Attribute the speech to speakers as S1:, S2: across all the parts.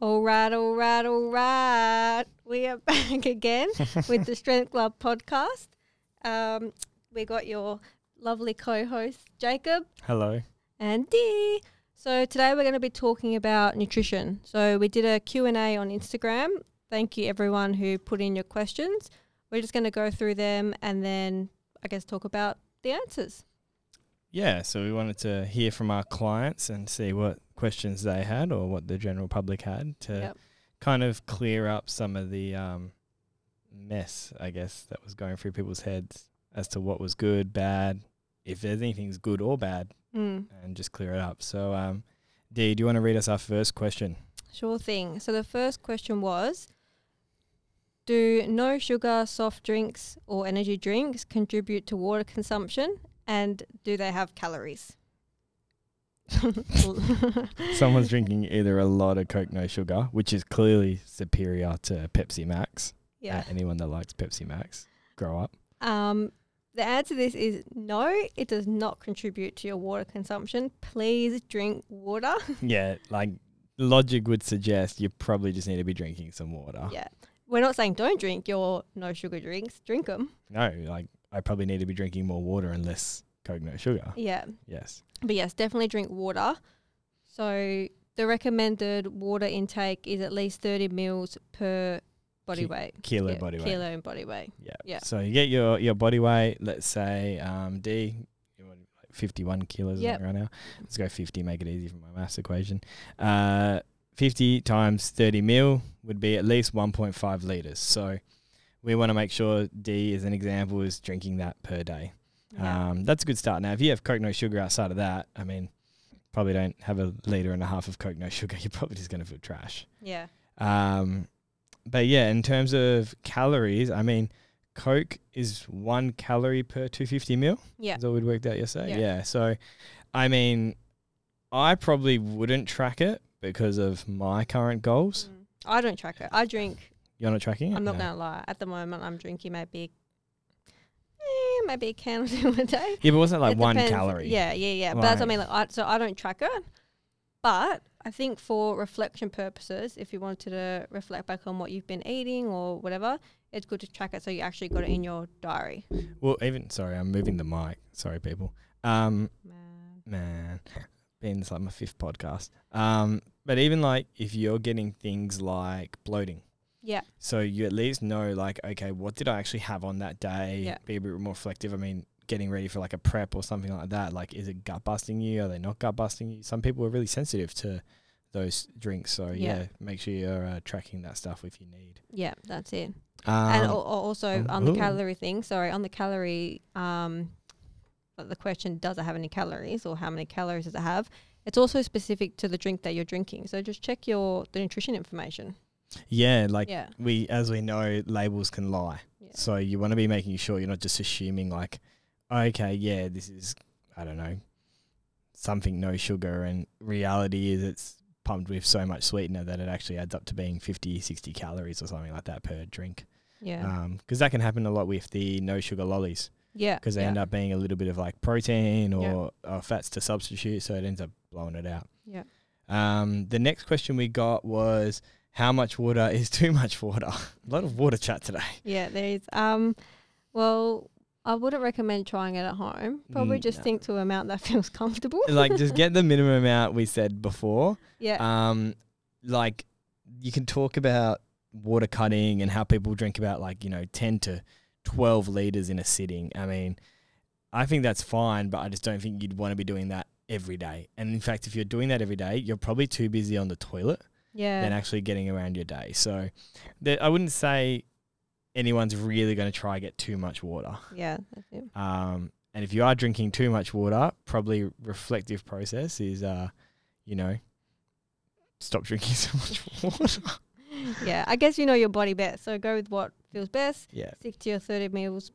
S1: All right, all right, all right. We are back again with the Strength Club podcast. Um, we got your lovely co hosts, Jacob
S2: Hello.
S1: and Dee. So today we're going to be talking about nutrition. So we did a Q&A on Instagram. Thank you everyone who put in your questions. We're just going to go through them and then I guess talk about the answers.
S2: Yeah, so we wanted to hear from our clients and see what questions they had or what the general public had to
S1: Yep.
S2: kind of clear up some of the um, mess, I guess, that was going through people's heads as to what was good, bad, if there's anything's good or bad,
S1: Mm.
S2: and just clear it up. So, um, Dee, do you want to read us our first question?
S1: Sure thing. So the first question was Do no sugar soft drinks or energy drinks contribute to water consumption and do they have calories?
S2: Someone's drinking either a lot of Coke No Sugar, which is clearly superior to Pepsi Max.
S1: Yeah.
S2: Uh, anyone that likes Pepsi Max, grow up.
S1: Um, the answer to this is no, it does not contribute to your water consumption. Please drink water.
S2: Yeah, like logic would suggest you probably just need to be drinking some water.
S1: Yeah. We're not saying don't drink your no sugar drinks, drink them.
S2: No, like I probably need to be drinking more water and less coconut sugar.
S1: Yeah.
S2: Yes.
S1: But yes, definitely drink water. So the recommended water intake is at least 30 mils per body
S2: Ki-
S1: weight.
S2: Kilo
S1: Yeah,
S2: body weight.
S1: Kilo and body weight.
S2: Yeah.
S1: Yeah.
S2: So you get your, your body weight, let's say um, D, you want like 51 kilos or
S1: Yep.
S2: something right now. Let's go 50, make it easy for my maths equation. Uh, 50 times 30 mil would be at least 1.5 litres. So we want to make sure D, as an example, is drinking that per day.
S1: Yeah.
S2: Um, that's a good start. Now, if you have Coke no sugar outside of that, I mean, probably don't have a liter and a half of Coke no sugar. You're probably just going to feel trash.
S1: yeah.
S2: Um, but yeah, in terms of calories, I mean, Coke is one calorie per 250 mil.
S1: Yeah.
S2: Is what we'd worked out yesterday.
S1: Yeah.
S2: Yeah. So, I mean, I probably wouldn't track it because of my current goals.
S1: Mm. I don't track it. I drink,
S2: You're not tracking it?
S1: I'm not
S2: No.
S1: going to lie. At the moment, I'm drinking maybe, eh, maybe a can or two a day.
S2: Yeah, but wasn't it like
S1: It
S2: one
S1: depends.
S2: calorie?
S1: Yeah, yeah, yeah. But that's what I mean.
S2: Like-
S1: Like, I, so I don't track it. But I think for reflection purposes, if you wanted to reflect back on what you've been eating or whatever, it's good to track it so you actually got it in your diary.
S2: Well, even, sorry, I'm moving the mic. Sorry, people. Um,
S1: Man.
S2: man being this like my fifth podcast um but even like if you're getting things like bloating
S1: Yeah.
S2: so you at least know like okay what did i actually have on that day
S1: Yeah.
S2: be a bit more reflective i mean getting ready for like a prep or something like that like is it gut busting you are they not gut busting you some people are really sensitive to those drinks so yeah,
S1: Yeah.
S2: make sure you're uh, tracking that stuff if you need
S1: Yeah, that's it.
S2: um,
S1: and al- al- also
S2: um,
S1: on the
S2: ooh.
S1: calorie thing, sorry, on the calorie, um, but the question does it have any calories or how many calories does it have? It's also specific to the drink that you're drinking. So just check your the nutrition information.
S2: yeah like
S1: yeah.
S2: we as we know labels can lie
S1: Yeah.
S2: so you want to be making sure you're not just assuming like okay yeah this is i don't know something no sugar and reality is it's pumped with so much sweetener that it actually adds up to being 50 60 calories or something like that per drink
S1: Yeah.
S2: because that can happen a lot with the no sugar lollies
S1: yeah.
S2: because they
S1: yeah.
S2: end up being a little bit of like protein
S1: Yeah.
S2: or, or fats to substitute so it ends up blowing it out
S1: Yeah.
S2: um, the next question we got was how much water is too much water a lot of water chat today
S1: Yeah, there is. Um, well, I wouldn't recommend trying it at home. Probably
S2: Mm,
S1: just
S2: no.
S1: think to an amount that feels comfortable.
S2: like just get the minimum amount we said before.
S1: yeah,
S2: Um, like you can talk about water cutting and how people drink about like you know ten to twelve liters in a sitting. I mean, I think that's fine, but I just don't think you'd want to be doing that every day. And in fact, if you're doing that every day, you're probably too busy on the toilet than
S1: yeah,
S2: actually getting around your day. So, there, I wouldn't say anyone's really going to try get too much water.
S1: yeah. That's it.
S2: Um, and if you are drinking too much water, probably reflective process is, uh, you know, stop drinking so much water.
S1: Yeah, I guess you know your body best, so go with what feels best.
S2: yeah.
S1: Stick to your thirty meals.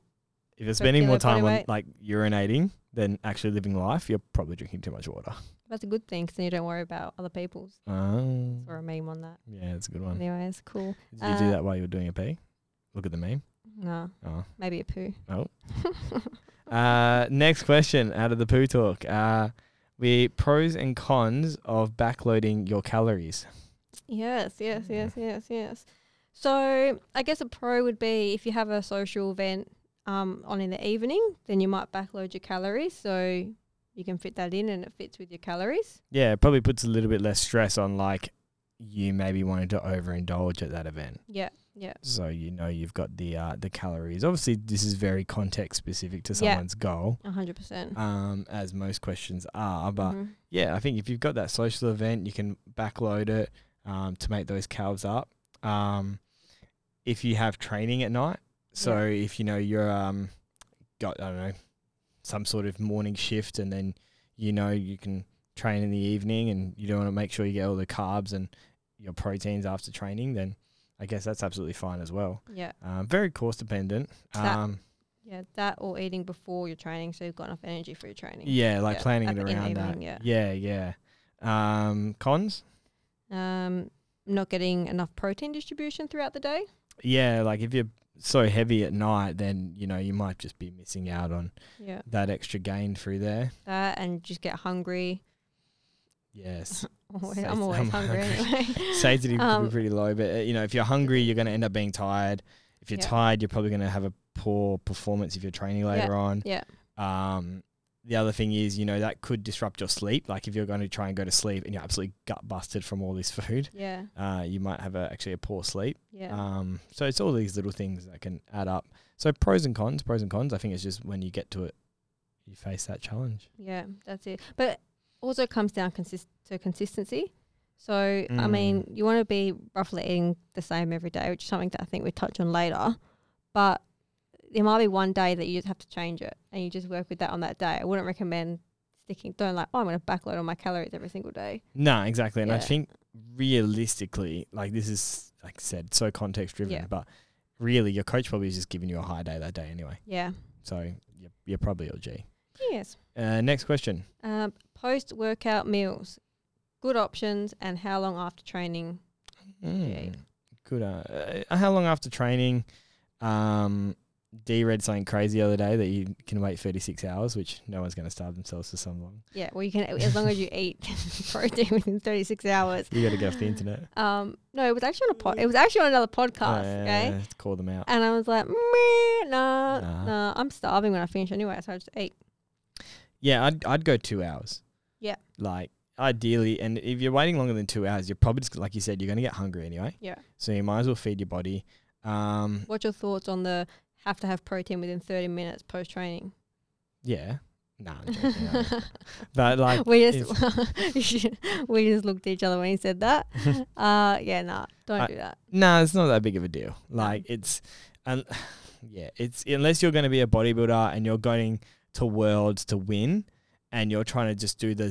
S2: If you're
S1: So
S2: spending more
S1: kilo body
S2: time on
S1: weight.
S2: like urinating than actually living life, you're probably drinking too much water.
S1: That's a good thing, 'cause then you don't worry about other people's.
S2: Um,
S1: Or a meme on that.
S2: yeah, that's a good one.
S1: Anyways, cool.
S2: Did you
S1: Uh,
S2: do that while you were doing a pee? Look at the meme.
S1: No,
S2: Oh.
S1: maybe a poo. Oh.
S2: Uh, next question out of the poo talk. Uh, we pros and cons of backloading your calories.
S1: Yes, yes,
S2: Yeah.
S1: yes, yes, yes. So I guess a pro would be if you have a social event um, on in the evening, then you might backload your calories so you can fit that in and it fits with your calories.
S2: Yeah, it probably puts a little bit less stress on like you maybe wanting to overindulge at that event.
S1: Yeah, yeah,
S2: So you know you've got the uh, the calories. Obviously, this is very context specific to
S1: Yeah.
S2: someone's goal,
S1: a hundred percent.
S2: um, as most questions are. But
S1: Mhm.
S2: yeah, I think if you've got that social event, you can backload it um, to make those calves up. Um, if you have training at night, so if you know you're um, got I don't know some sort of morning shift, and then you know you can train in the evening, and you don't want to make sure you get all the carbs and your proteins after training, then I guess that's absolutely fine as well.
S1: Yeah,
S2: Um, very course dependent.
S1: That-
S2: Um,
S1: yeah, that or eating before your training so you've got enough energy for your training.
S2: yeah, like
S1: Yeah,
S2: planning
S1: at
S2: it
S1: the- in the
S2: around that.
S1: evening, yeah.
S2: yeah, yeah. Um, cons.
S1: Um, not getting enough protein distribution throughout the day.
S2: yeah, like if you're so heavy at night, then you know you might just be missing out on
S1: Yeah,
S2: that extra gain through there.
S1: that and just get hungry.
S2: Yes,
S1: Always,
S2: Sat-
S1: I'm always
S2: I'm
S1: hungry,
S2: hungry.
S1: anyway.
S2: satiety could
S1: Um,
S2: be pretty low, but uh, you know if you're hungry, you're going to end up being tired. If you're
S1: Yeah.
S2: tired, you're probably going to have a poor performance if you're training later on.
S1: yeah.
S2: Um, the other thing is, you know, that could disrupt your sleep. Like if you're going to try and go to sleep and you're absolutely gut busted from all this food,
S1: Yeah,
S2: uh, you might have a, actually a poor sleep.
S1: yeah,
S2: Um, so it's all these little things that can add up. So pros and cons, pros and cons. I think it's just when you get to it, you face that challenge.
S1: yeah. That's it. But also it comes down consist- to consistency. So I
S2: Mm.
S1: mean, you want to be roughly eating the same every day, which is something that I think we touch on later. But there might be one day that you just have to change it, and you just work with that on that day. I wouldn't recommend sticking. Don't like. Oh, I'm going to backload on my calories every single day.
S2: No, exactly. And I
S1: Yeah.
S2: think realistically, like this is like I said, so context driven,
S1: Yeah.
S2: but really your coach probably is just giving you a high day that day anyway.
S1: Yeah.
S2: So you're, you're probably LG.
S1: Yes.
S2: Uh, next question.
S1: Um, Post workout meals, good options, and how long after training?
S2: Mm, Good. Uh, uh, how long after training? Um, D read something crazy the other day that you can wait 36 hours, which no one's going to starve themselves for so long.
S1: Yeah. Well, you can as long as you eat protein within 36 hours.
S2: You got to get off the internet.
S1: Um, no, it was actually on a pod. It was actually on another podcast.
S2: Mm. Yeah, yeah,
S1: Okay,
S2: yeah, to call them out.
S1: and I was like, "Meh, nah,
S2: Nah.
S1: nah, I'm starving when I finish anyway, so I just ate.
S2: Yeah, I'd I'd go two hours.
S1: Yeah.
S2: Like ideally, and if you're waiting longer than two hours, you're probably just, like you said, you're gonna get hungry anyway.
S1: Yeah.
S2: So you might as well feed your body. Um.
S1: What's your thoughts on the have to have protein within 30 minutes post training?
S2: Yeah. Nah. I'm joking, I don't. but like,
S1: we just we just looked at each other when he said that. Uh, yeah, nah, don't
S2: I-
S1: do that.
S2: nah, it's not that big of a deal. Like it's, and yeah, it's unless you're gonna be a bodybuilder and you're going to worlds to win. And you're trying to just do the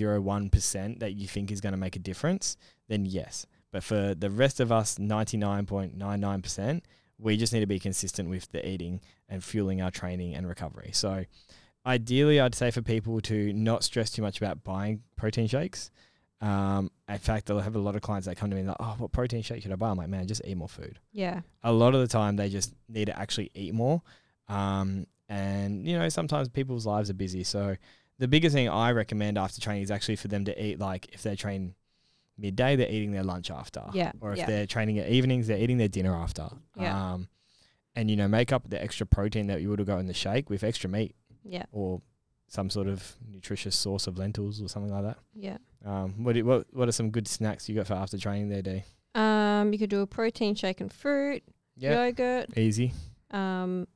S2: 0.01% that you think is going to make a difference, then yes. But for the rest of us, 99.99%, we just need to be consistent with the eating and fueling our training and recovery. So, ideally, I'd say for people to not stress too much about buying protein shakes. Um, in fact, I'll have a lot of clients that come to me and like, oh, what protein shake should I buy? I'm like, man, just eat more food.
S1: Yeah,
S2: A lot of the time, they just need to actually eat more. Um, and, you know, sometimes people's lives are busy. So, the biggest thing I recommend after training is actually for them to eat, like, if they train midday, they're eating their lunch after.
S1: Yeah,
S2: Ah, Or if
S1: yeah.
S2: they're training at evenings, they're eating their dinner after.
S1: Yeah.
S2: Um, and, you know, make up the extra protein that you would have got in the shake with extra meat
S1: yeah,
S2: or some sort of nutritious source of lentils or something like that.
S1: yeah.
S2: Um, what, do- what, what are some good snacks you got for after training there, D?
S1: Um, you could do a protein shake and fruit, yogurt.
S2: Easy.
S1: Um,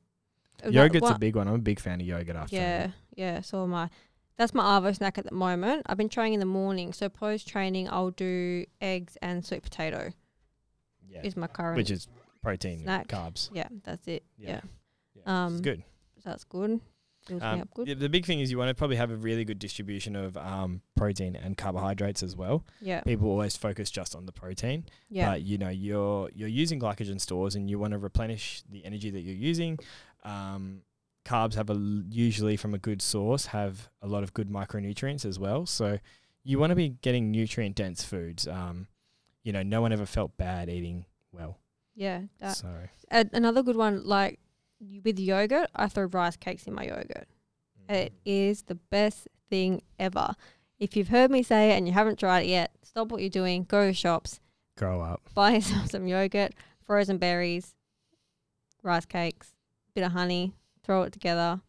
S1: that
S2: Yogurt's
S1: one-
S2: a big one. I'm a big fan of yogurt after.
S1: Yeah, yeah. So am I. That's my Arvo snack at the moment. I've been trying in the morning. So post training, I'll do eggs and sweet potato
S2: Yeah.
S1: is my current.
S2: Which is protein,
S1: snack.
S2: carbs.
S1: yeah, that's it. Yeah,
S2: Yeah, which is
S1: Um,
S2: good.
S1: that's good. Builds
S2: Um,
S1: me up good.
S2: yeah, The big thing is you want to probably have a really good distribution of um, protein and carbohydrates as well.
S1: Yeah,
S2: People always focus just on the protein,
S1: yeah,
S2: but you know you're you're using glycogen stores and you want to replenish the energy that you're using. Um, carbs have a l- usually from a good source have a lot of good micronutrients as well. So you want to be getting nutrient dense foods. Um, you know, no one ever felt bad eating well.
S1: yeah. That.
S2: so
S1: A- another good one, like y- with yogurt,
S2: Mm-hmm. mm,
S1: I throw rice cakes in my yogurt. It is the best thing ever. If you've heard me say it and you haven't tried it yet, stop what you're doing, go to shops,
S2: Grow up.
S1: buy yourself some yogurt, frozen berries, rice cakes, bit of honey, throw it together.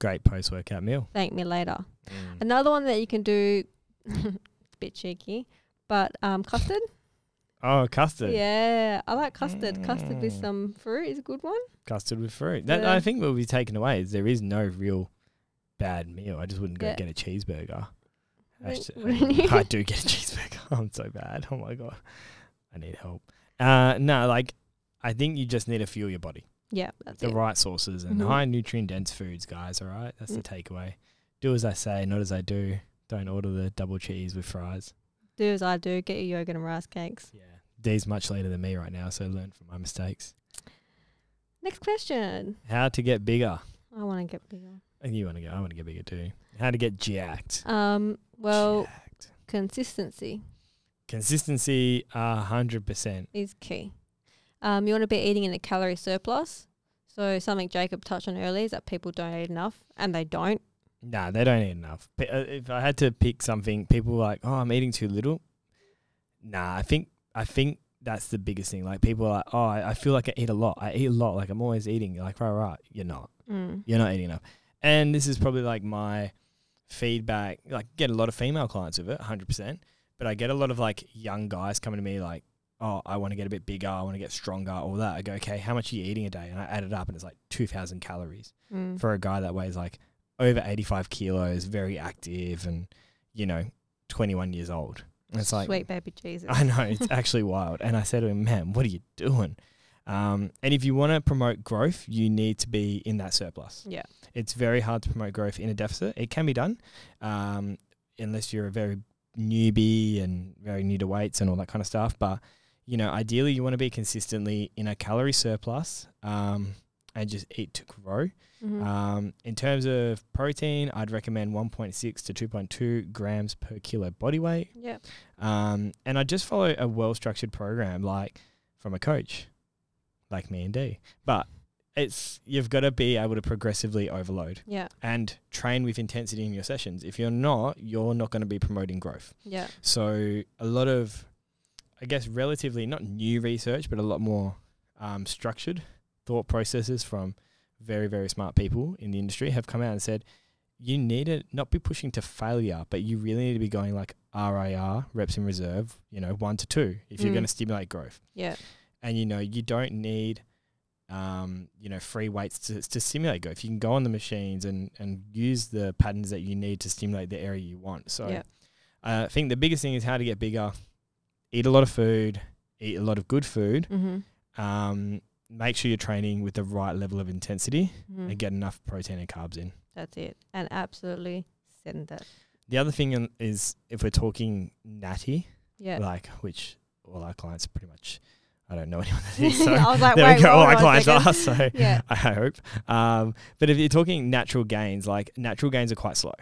S2: Great post workout meal.
S1: Thank me later.
S2: Mm.
S1: Another one that you can do, it's a bit cheeky, but um, custard.
S2: Oh, custard.
S1: Yeah, I like custard. Custard with
S2: Mm.
S1: some fruit is a good one.
S2: Custard with fruit. That
S1: Yeah.
S2: I think will be taken away. Is there is no real bad meal. I just wouldn't go
S1: Yeah.
S2: get a cheeseburger.
S1: Wouldn't-
S2: Actually,
S1: wouldn't you?
S2: I do get a cheeseburger. I'm so bad. Oh my god. I need help. Uh no, like I think you just need to fuel your body.
S1: Yeah, that's
S2: the
S1: it.
S2: right sources and
S1: Mhm.
S2: high nutrient dense foods, guys. All right, that's the
S1: Mm.
S2: takeaway. Do as I say, not as I do. Don't order the double cheese with fries.
S1: Do as I do, get your yogurt and rice cakes.
S2: Yeah, D's much later than me right now, so learn from my mistakes.
S1: Next question.
S2: How to get bigger?
S1: I want to get bigger.
S2: And you want to go? I want to get bigger too. How to get jacked?
S1: Um, well,
S2: Jacked.
S1: consistency
S2: consistency, a hundred percent.
S1: is key. Um, you want to be eating in a calorie surplus. So something Jacob touched on earlier is that people don't eat enough, and they don't.
S2: Nah, they don't eat enough. P- uh, If I had to pick something, people were like, "Oh, I'm eating too little." Nah, I think I think that's the biggest thing. Like people are like, "Oh, I, I feel like I eat a lot. I eat a lot. Like I'm always eating." You're like, right, right, you're not.
S1: Mm.
S2: You're not eating enough. And this is probably like my feedback. Like get a lot of female clients with it, 100. percent But I get a lot of like young guys coming to me like, "Oh, I want to get a bit bigger. I want to get stronger. All that." I go, "Okay, how much are you eating a day?" And I add it up, and it's like 2,000 calories
S1: Mm.
S2: for a guy that weighs like over 85 kilos, very active, and you know, 21 years old. And it's like,
S1: Sweet baby Jesus.
S2: I know it's actually wild. And I said to him, "Man, what are you doing?" Um, and if you want to promote growth, you need to be in that surplus.
S1: Yeah.
S2: it's very hard to promote growth in a deficit. It can be done, um, unless you're a very newbie and very new to weights and all that kind of stuff. But you know, ideally, you want to be consistently in a calorie surplus um, and just eat to grow.
S1: Mhm.
S2: Um, in terms of protein, I'd recommend 1.6 to 2.2 grams per kilo body weight.
S1: yeah.
S2: Um, and I just follow a well structured program like from a coach, like me and D. But it's you've got to be able to progressively overload
S1: Yeah.
S2: and train with intensity in your sessions. If you're not, you're not going to be promoting growth.
S1: Yeah.
S2: So a lot of, I guess, relatively not new research, but a lot more um, structured thought processes from very very smart people in the industry have come out and said you need to not be pushing to failure, but you really need to be going like RIR reps in reserve, you know, one to two if you're
S1: Mm.
S2: going to stimulate growth.
S1: Yeah.
S2: And you know, you don't need um, you know, free weights to, to stimulate growth. You can go on the machines and, and use the patterns that you need to stimulate the area you want. So
S1: Yeah.
S2: uh, I think the biggest thing is how to get bigger, eat a lot of food, eat a lot of good food,
S1: Mhm.
S2: um, make sure you're training with the right level of intensity
S1: Mhm.
S2: and get enough protein and carbs in.
S1: That's it. And absolutely send that.
S2: The other thing in- is if we're talking natty,
S1: Yeah.
S2: like which all our clients pretty much, I don't know anyone that is. So
S1: I was like,
S2: there
S1: wait,
S2: we go.
S1: hold
S2: All our
S1: on a
S2: clients
S1: second.
S2: are. So
S1: Yeah.
S2: I hope. Um, but if you're talking natural gains, like natural gains are quite slow.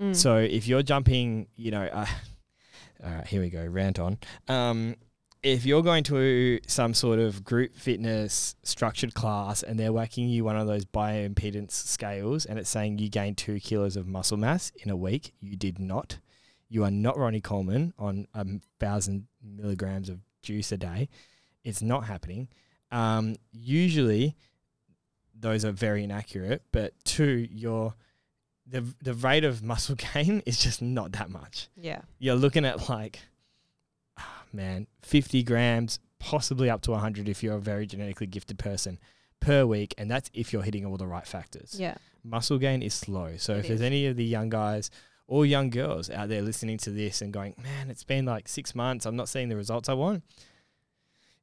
S1: Mm.
S2: So if you're jumping, you know, uh, all right, here we go, rant on. Um, if you're going to some sort of group fitness structured class and they're whacking you one of those bioimpedance scales and it's saying you gained two kilos of muscle mass in a week, you did not. You are not Ronnie Coleman on a thousand milligrams of juice a day. It's not happening. Um, usually, those are very inaccurate, but two, you're the the rate of muscle gain is just not that much.
S1: yeah.
S2: You're looking at like, ah, man, 50 grams, possibly up to 100 if you're a very genetically gifted person per week, and that's if you're hitting all the right factors.
S1: Yeah.
S2: Muscle gain is slow. So
S1: It
S2: if there's
S1: is.
S2: any of the young guys or young girls out there listening to this and going, man, it's been like six months, I'm not seeing the results I want.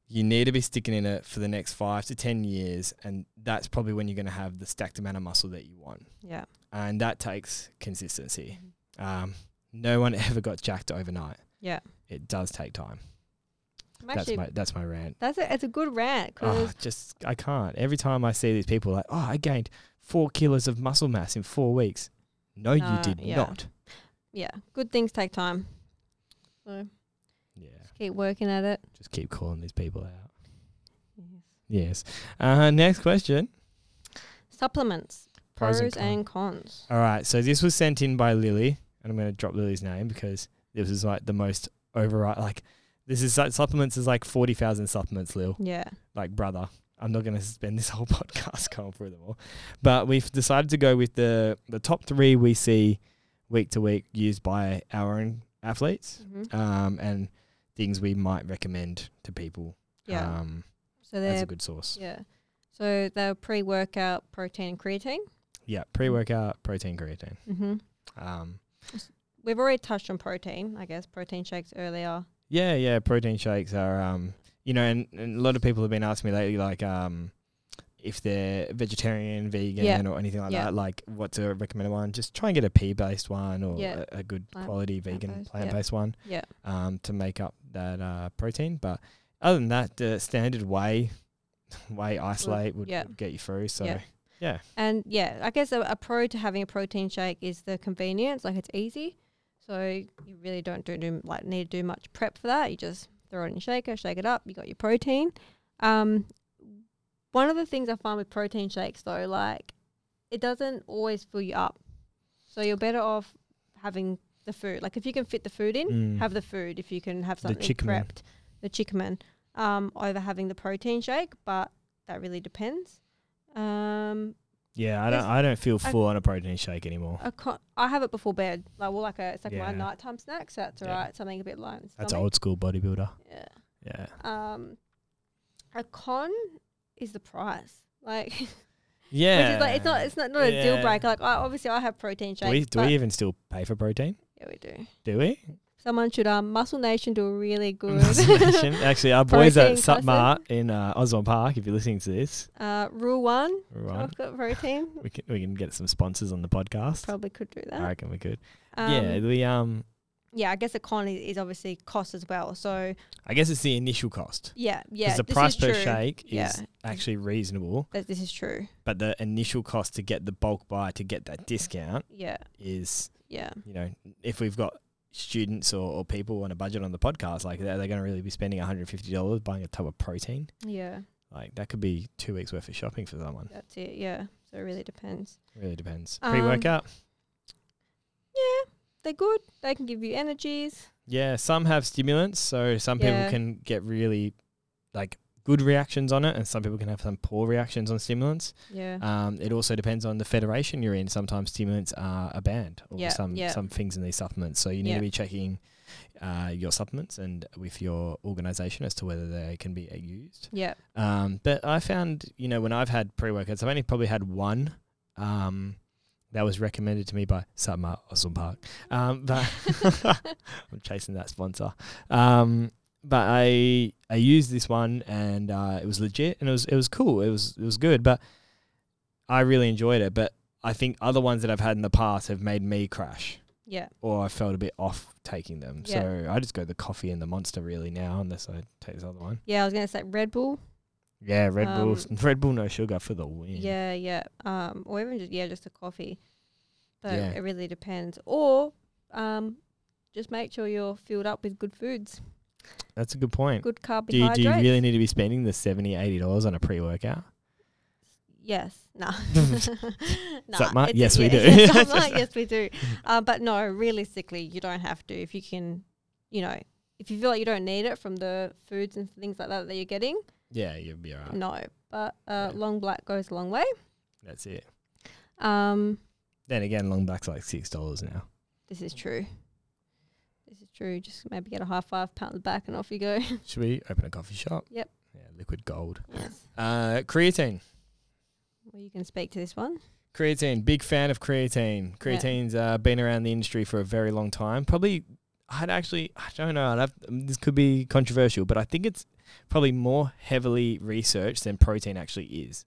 S2: You need to be sticking in it for the next five to 10 years. And that's probably when you're going to have the stacked amount of muscle that you want
S1: Yeah. Mm-hmm.
S2: and that takes consistency. Um, no one ever got jacked overnight.
S1: Yeah.
S2: It does take time.
S1: I'm
S2: That's
S1: actually,
S2: my that's my rant.
S1: that's a, it's a good rant
S2: Oh,
S1: because
S2: just I can't. Every time I see these people, like, oh, I gained four kilos of muscle mass in four weeks. No,
S1: Nah,
S2: you did
S1: yeah.
S2: not.
S1: yeah, good things take time. So
S2: Yeah.
S1: keep working at it.
S2: Just keep calling these people out.
S1: Yes.
S2: Yes. Uh, next question.
S1: Supplements,
S2: Pros
S1: pros,
S2: and
S1: and cons.
S2: All right. So this was sent in by Lily. and I'm going to drop Lily's name because this is like the most override. Like this is like supplements is like forty thousand supplements, Lil.
S1: Yeah.
S2: Like brother, I'm not going to spend this whole podcast going through them all, but we've decided to go with the the top three we see week to week used by our own athletes,
S1: hmm
S2: um, and things we might recommend to people.
S1: Yeah.
S2: Um,
S1: so
S2: as
S1: they're
S2: a good source.
S1: yeah. So they're pre-workout protein and creatine.
S2: Yeah, pre-workout protein creatine.
S1: Mm-hmm.
S2: Um,
S1: We've already touched on protein, I guess, protein shakes earlier.
S2: yeah, yeah, protein shakes are um, you know, and, and a lot of people have been asking me lately like um, if they're vegetarian, vegan,
S1: Yeah.
S2: or anything like
S1: Yeah.
S2: that. Like, what's a recommended one? Just try and get a pea-based one or
S1: Yeah.
S2: a, a good
S1: Plant-
S2: quality vegan
S1: plant-based, yeah.
S2: plant-based one.
S1: Yeah.
S2: Um, to make up that uh, protein, but other than that, the standard way, way isolate would,
S1: yeah.
S2: would get you through. So
S1: Yeah. And yeah, I guess a, a pro to having a protein shake is the convenience. Like it's easy, so you really don't do, do like need to do much prep for that. You just throw it in your shaker, shake it up. You got your protein. Um, one of the things I find with protein shakes though, like it doesn't always fill you up, so you're better off having the food. Like if you can fit the food in,
S2: Mm.
S1: have the food if you can have
S2: The
S1: something
S2: chickman.
S1: prepped. The chickman um, over having the protein shake, but that really depends. Um,
S2: yeah, I
S1: There's-
S2: don't, I don't feel
S1: I-
S2: full on a protein shake anymore.
S1: I can't, I have it before bed. Like well, like a it's like
S2: Yeah.
S1: my nighttime snack. So that's
S2: Yeah.
S1: alright. Something a bit light. in
S2: That's an
S1: stomach.
S2: old school bodybuilder.
S1: Yeah.
S2: Yeah.
S1: Um, a con is the price. Like, which
S2: Yeah.
S1: is like it's not it's not, not a deal
S2: Yeah.
S1: breaker. Like I, obviously I have protein shakes.
S2: Do we, do
S1: but-
S2: we even still pay for protein?
S1: yeah, we do.
S2: Do we?
S1: Someone should um Muscle Nation do a really good
S2: Nation. Actually, our boys at
S1: Protein classes.
S2: Supmart in uh, Osborne Park, if you're listening to this,
S1: uh rule one.
S2: right,
S1: I've got protein.
S2: we, can, we can get some sponsors on the podcast.
S1: Probably could do that.
S2: I reckon we could.
S1: Um,
S2: yeah, the um,
S1: yeah, I guess a con is, is obviously cost as well. So
S2: I guess it's the initial cost.
S1: yeah, yeah,
S2: 'Cause the
S1: this
S2: price
S1: is
S2: per
S1: true.
S2: shake
S1: Yeah.
S2: is actually reasonable,
S1: That this is true.
S2: but the initial cost to get the bulk buy to get that discount
S1: Yeah,
S2: is,
S1: yeah,
S2: you know, if we've got students or, or people on a budget on the podcast, like they're, they're going to really be spending $150 buying a tub of protein.
S1: yeah.
S2: Like that could be two weeks worth of shopping for someone.
S1: That's it. Yeah. So it really depends.
S2: Really depends.
S1: Um,
S2: Pre workout.
S1: Yeah, they're good. They can give you energies.
S2: Yeah, some have stimulants, so some
S1: Yeah.
S2: people can get really like good reactions on it, and some people can have some poor reactions on stimulants.
S1: Yeah.
S2: Um, it also depends on the federation you're in. Sometimes stimulants are a banned, or
S1: Yeah,
S2: some
S1: yeah.
S2: some things in these supplements. So you need
S1: Yeah.
S2: to be checking uh, your supplements and with your organisation as to whether they can be uh, used.
S1: yeah.
S2: Um, but I found, you know, when I've had pre workouts, I've only probably had one um, that was recommended to me by Satma Oswald Park. Um, but I'm chasing that sponsor. Um, but I I used this one and uh, it was legit and it was it was cool. It was it was good, but I really enjoyed it. But I think other ones that I've had in the past have made me crash
S1: Yeah.
S2: or I felt a bit off taking them.
S1: Yeah.
S2: So I just go the coffee and the monster really now unless I take this other one.
S1: Yeah. I was gonna say Red Bull.
S2: Yeah, Red Bull.
S1: Um,
S2: Red Bull no sugar for the win.
S1: Yeah. Yeah. Um. Or even just yeah, just a coffee. So
S2: Yeah.
S1: it really depends. Or um, just make sure you're filled up with good foods,
S2: that's a good point.
S1: good
S2: Do you,
S1: carbohydrates.
S2: do you really need to be spending the 70 dollars on a pre-workout?
S1: Yes. No. Nah,
S2: that Mark?
S1: it's-
S2: Yes, we
S1: yeah,
S2: do.
S1: yes, I'm like, yes, we do. Uh, but no, realistically, you don't have to. If you can, you know, if you feel like you don't need it from the foods and things like that that you're getting,
S2: Yeah, you'd be alright.
S1: no. But uh,
S2: Yeah.
S1: long black goes a long way.
S2: That's it.
S1: Um,
S2: Then again, long back's like six dollars now.
S1: this is true. This is true. Just maybe get a high five, pound the back, and off you go.
S2: Should we open a coffee shop?
S1: Yep.
S2: Yeah, liquid gold.
S1: yes.
S2: Uh, creatine.
S1: Well, you can speak to this one.
S2: Creatine. Big fan of creatine. Creatine's uh, been around the industry for a very long time. Probably, I'd actually, I don't know. I'd have, um, this could be controversial, but I think it's probably more heavily researched than protein actually is.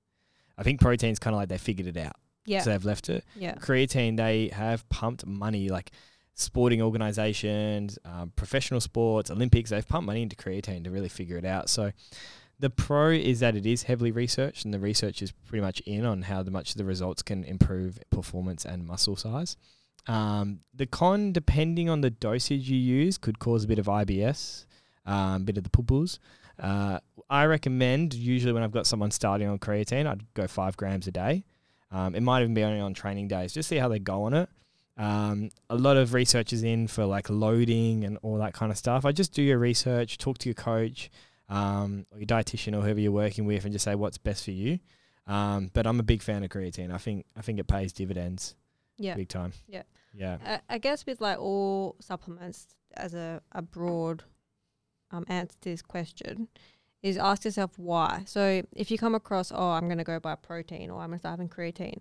S2: I think protein's kind of like they figured it out,
S1: Yeah.
S2: so they've left it.
S1: yeah.
S2: creatine they have pumped money like sporting organizations um, professional sports olympics they've pumped money into creatine to really figure it out so the pro is that it is heavily researched and the research is pretty much in on how the much the results can improve performance and muscle size um, the con depending on the dosage you use could cause a bit of ibs um, bit of the poo-poos. Uh, I recommend usually when I've got someone starting on creatine, I'd go five grams a day. Um, it might even be only on training days. Just see how they go on it. Um, a lot of research is in for like loading and all that kind of stuff. I just do your research, talk to your coach um, or your dietitian or whoever you're working with, and just say what's best for you. Um, but I'm a big fan of creatine. I think I think it pays dividends.
S1: Yeah.
S2: big time.
S1: Yeah.
S2: yeah.
S1: I, I guess with like all supplements as a, a broad um, answer to this question is ask yourself why. So if you come across, oh, I'm going to go buy protein or I'm going to start having creatine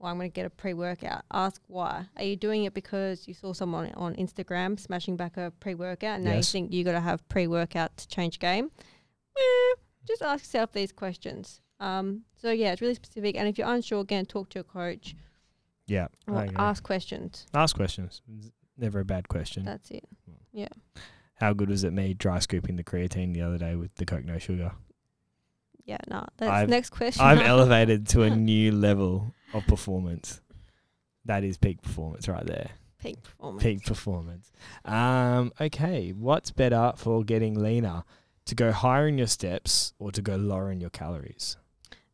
S1: or I'm going to get a pre-workout, ask why. Are you doing it because you saw someone on Instagram smashing back a pre-workout and now you
S2: Yes.
S1: think you got to have pre-workout to change game? Eh, just ask yourself these questions. Um, so yeah, it's really specific. And if you're unsure, again, talk to your coach
S2: Yeah. I
S1: or
S2: agree.
S1: ask questions.
S2: Ask questions. It's Never a bad question.
S1: That's it.
S2: How good was it me dry scooping the creatine the other day with the Coke No Sugar?
S1: Yeah, no. That's
S2: I've-
S1: next question.
S2: I've elevated to a new level of performance. That is peak performance right there.
S1: peak performance.
S2: Peak performance. Um, okay, what's better for getting leaner? To go higher in your steps or to go lower in your calories?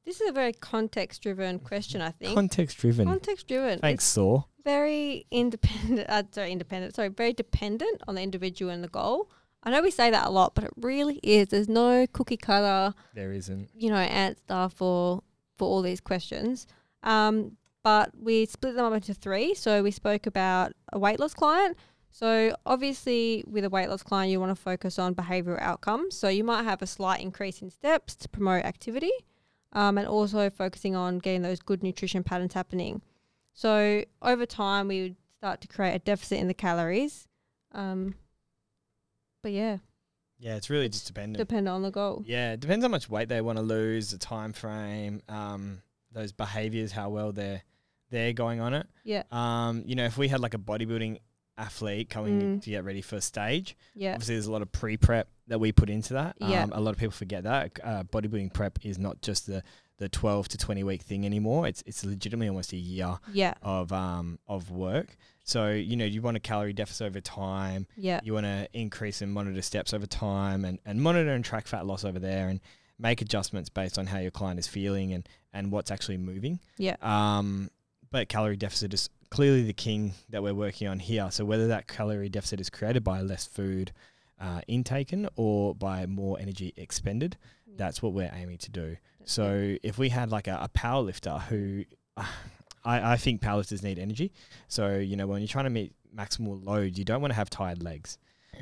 S1: This is a very context driven question, I think.
S2: Context driven.
S1: Context driven.
S2: Thanks, Saw.
S1: It's very independent. Uh, sorry, independent. Sorry, very dependent on the individual and the goal. I know we say that a lot, but it really is. There's no cookie cutter,
S2: There isn't.
S1: you know, answer for for all these questions. Um, but we split them up into three. So we spoke about a weight loss client. So obviously, with a weight loss client, you want to focus on behavioral outcomes. So you might have a slight increase in steps to promote activity, um, and also focusing on getting those good nutrition patterns happening. So over time, we would start to create a deficit in the calories. Um, but yeah,
S2: Yeah, it's really just dependent.
S1: depending on the goal.
S2: Yeah, it depends how much weight they want to lose, the time frame, um, those behaviors, how well they're they're going on it.
S1: Yeah,
S2: Um, you know, if we had like a bodybuilding athlete coming
S1: Mm.
S2: to get ready for stage,
S1: yeah,
S2: obviously there's a lot of pre prep that we put into that.
S1: Yeah.
S2: Um, a lot of people forget that uh, bodybuilding prep is not just the the 12 to 20 week thing anymore. It's it's legitimately almost a year
S1: yeah,
S2: of um of work. So you know you want a calorie deficit over time
S1: yeah,
S2: you want to increase and monitor steps over time and, and monitor and track fat loss over there and make adjustments based on how your client is feeling and, and what's actually moving.
S1: Yeah.
S2: Um, but calorie deficit is clearly the king that we're working on here. So whether that calorie deficit is created by less food uh, intaken or by more energy expended, that's what we're aiming to do. So if we had like a, a power lifter who I, I think powerlifters need energy. So, you know, when you're trying to meet maximal load, you don't want to have tired legs.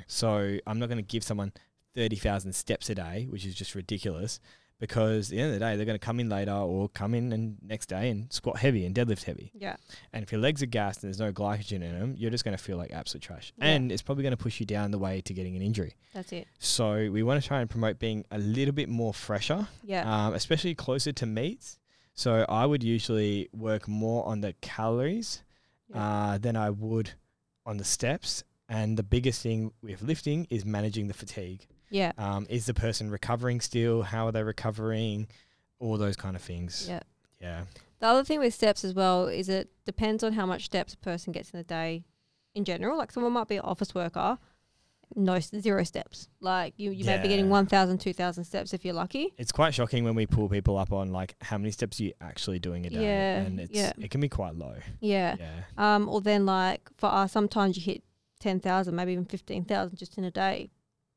S2: So I'm not going to give someone 30,000 steps a day, which is just ridiculous because at the end of the day, they're going to come in later or come in and next day and squat heavy and deadlift heavy.
S1: yeah,
S2: And if your legs are gassed and there's no glycogen in them, you're just going to feel like absolute trash.
S1: Yeah.
S2: And it's probably going to push you down the way to getting an injury.
S1: that's it.
S2: So we want to try and promote being a little bit more fresher
S1: Yeah,
S2: um, especially closer to meats. So I would usually work more on the calories
S1: Yeah.
S2: uh, than I would on the steps. And the biggest thing with lifting is managing the fatigue.
S1: yeah,
S2: Um, is the person recovering still? How are they recovering? All those kind of things.
S1: yeah.
S2: Yeah.
S1: The other thing with steps as well is it depends on how much steps a person gets in a day in general. Like someone might be an office worker, no s- zero steps. Like you, you may be getting
S2: Yeah.
S1: 1,000, 2,000 steps if you're lucky.
S2: It's quite shocking when we pull people up on like how many steps are you actually doing a day.
S1: Yeah,
S2: And it's
S1: yeah.
S2: it can be quite low.
S1: Yeah.
S2: Yeah.
S1: Um, or then like for us, sometimes you hit 10,000, maybe even 15,000 just in a day.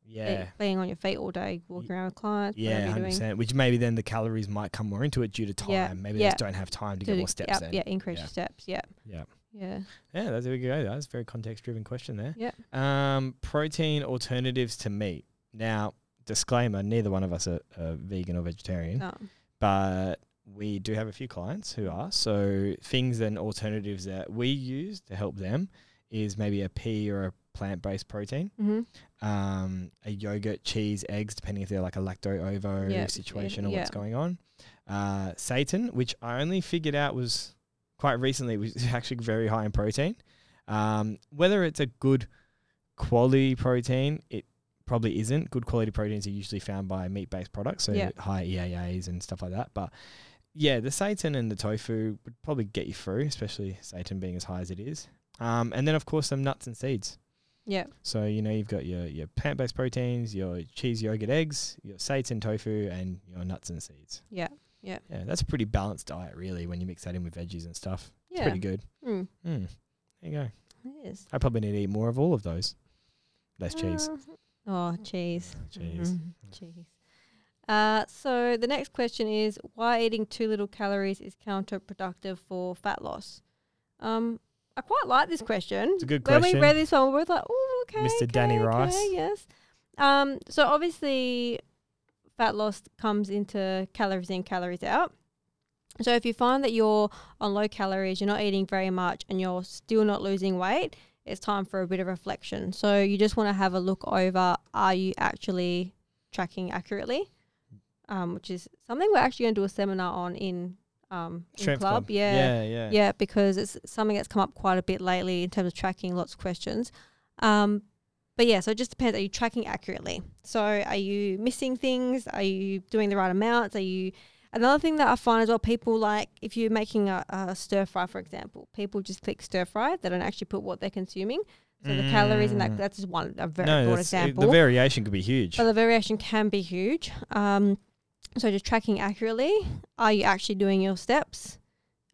S1: be-
S2: Yeah.
S1: Being on your feet all day, walking around with clients,
S2: Yeah,
S1: whatever
S2: hundred
S1: you're doing.
S2: percent. Which maybe then the calories might come more into it due to time.
S1: Yeah,
S2: Maybe
S1: yeah.
S2: they just don't have time to
S1: Do-
S2: get more steps.
S1: yep,
S2: then.
S1: Yeah, increase
S2: Yeah.
S1: your steps. Yeah.
S2: Yeah.
S1: Yeah.
S2: Yeah, that's there we go. That's a very context driven question there.
S1: Yeah.
S2: Um, protein alternatives to meat. Now, disclaimer: neither one of us are, are vegan or vegetarian,
S1: No.
S2: but we do have a few clients who are. So things and alternatives that we use to help them is maybe a pea or a plant based protein,
S1: Mm-hmm.
S2: um, a yogurt, cheese, eggs, depending if they're like a lacto ovo
S1: Yeah,
S2: situation
S1: yeah,
S2: or what's
S1: yeah.
S2: going on. Uh, Satan, which I only figured out was quite recently, was actually very high in protein. Um, whether it's a good quality protein, it probably isn't. Good quality proteins are usually found by meat based products, so
S1: Yeah.
S2: high EAAs and stuff like that. But yeah, the seitan and the tofu would probably get you through, especially seitan being as high as it is. Um, and then, of course, some nuts and seeds.
S1: Yeah.
S2: So, you know, you've got your, your plant based proteins, your cheese, yogurt, eggs, your seitan, tofu, and your nuts and seeds.
S1: Yeah. Yeah.
S2: Yeah, that's a pretty balanced diet, really, when you mix that in with veggies and stuff. It's
S1: Yeah.
S2: pretty good.
S1: Mm.
S2: Mm. There you go.
S1: It is.
S2: I probably need to eat more of all of those. Less cheese.
S1: Uh, oh, cheese.
S2: cheese.
S1: Mhm, Cheese. Uh, so the next question is why eating too little calories is counterproductive for fat loss. Um, I quite like this question.
S2: It's a good
S1: when
S2: question.
S1: we read this one, we were both like, "Oh, okay."
S2: Mr.
S1: okay,
S2: Danny
S1: okay,
S2: Rice.
S1: Yes. Um, so obviously, fat loss comes into calories in, calories out. So if you find that you're on low calories, you're not eating very much, and you're still not losing weight, it's time for a bit of reflection. So you just want to have a look over: Are you actually tracking accurately? Um, which is something we're actually going to do a seminar on in um in
S2: Strength
S1: club.
S2: club.
S1: yeah
S2: Yeah. Yeah.
S1: yeah, because it's something that's come up quite a bit lately in terms of tracking lots of questions. Um, but yeah, so it just depends. Are you tracking accurately? So are you missing things? Are you doing the right amounts? Are you another thing that I find as well? People like if you're making a, a stir fry, for example, people just click stir fry. They don't actually put what they're consuming. So the calories and that
S2: Mm.
S1: that's just one a very
S2: No,
S1: broad
S2: that's, it-
S1: example.
S2: the variation could be huge.
S1: But the variation can be huge. Um, so just tracking accurately, are you actually doing your steps?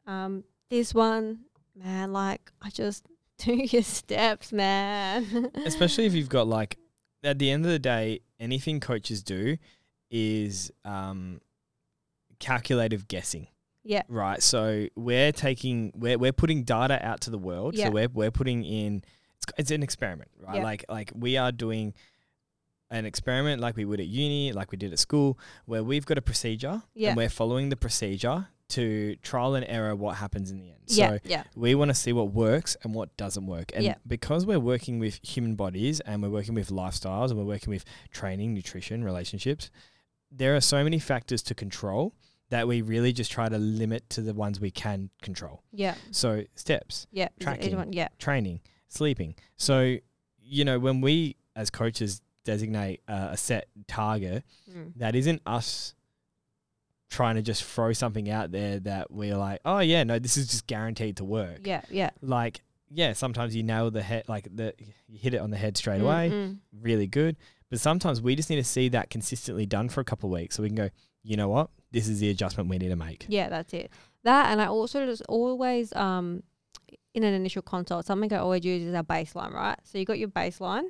S1: Um, this one, man, like I just do your steps, man.
S2: especially if you've got like at the end of the day anything coaches do is um calculative guessing
S1: Yeah.
S2: right so we're taking we're, we're putting data out to the world
S1: Yeah.
S2: so we're, we're putting in it's, it's an experiment right
S1: Yeah.
S2: like like we are doing an experiment like we would at uni like we did at school where we've got a procedure
S1: Yeah.
S2: and we're following the procedure to trial and error what happens in the end so
S1: yeah, yeah,
S2: we want to see what works and what doesn't work. And
S1: Yeah.
S2: because we're working with human bodies and we're working with lifestyles and we're working with training, nutrition, relationships, there are so many factors to control that we really just try to limit to the ones we can control.
S1: yeah,
S2: So, steps,
S1: yeah. Is it either
S2: Tracking.
S1: one? Yeah,
S2: training, sleeping. So, you know, when we as coaches designate uh, a set target,
S1: Mm.
S2: that isn't us trying to just throw something out there that we're like, oh, yeah, no, this is just guaranteed to work
S1: yeah, yeah.
S2: like yeah, sometimes you nail the head, like the you hit it on the head straight
S1: Mm,
S2: away,
S1: mm.
S2: really good. But sometimes we just need to see that consistently done for a couple of weeks, so we can go, you know what, this is the adjustment we need to make.
S1: Yeah, that's it. That and I also just always um in an initial consult, something I always use is our baseline, right? So you got your baseline,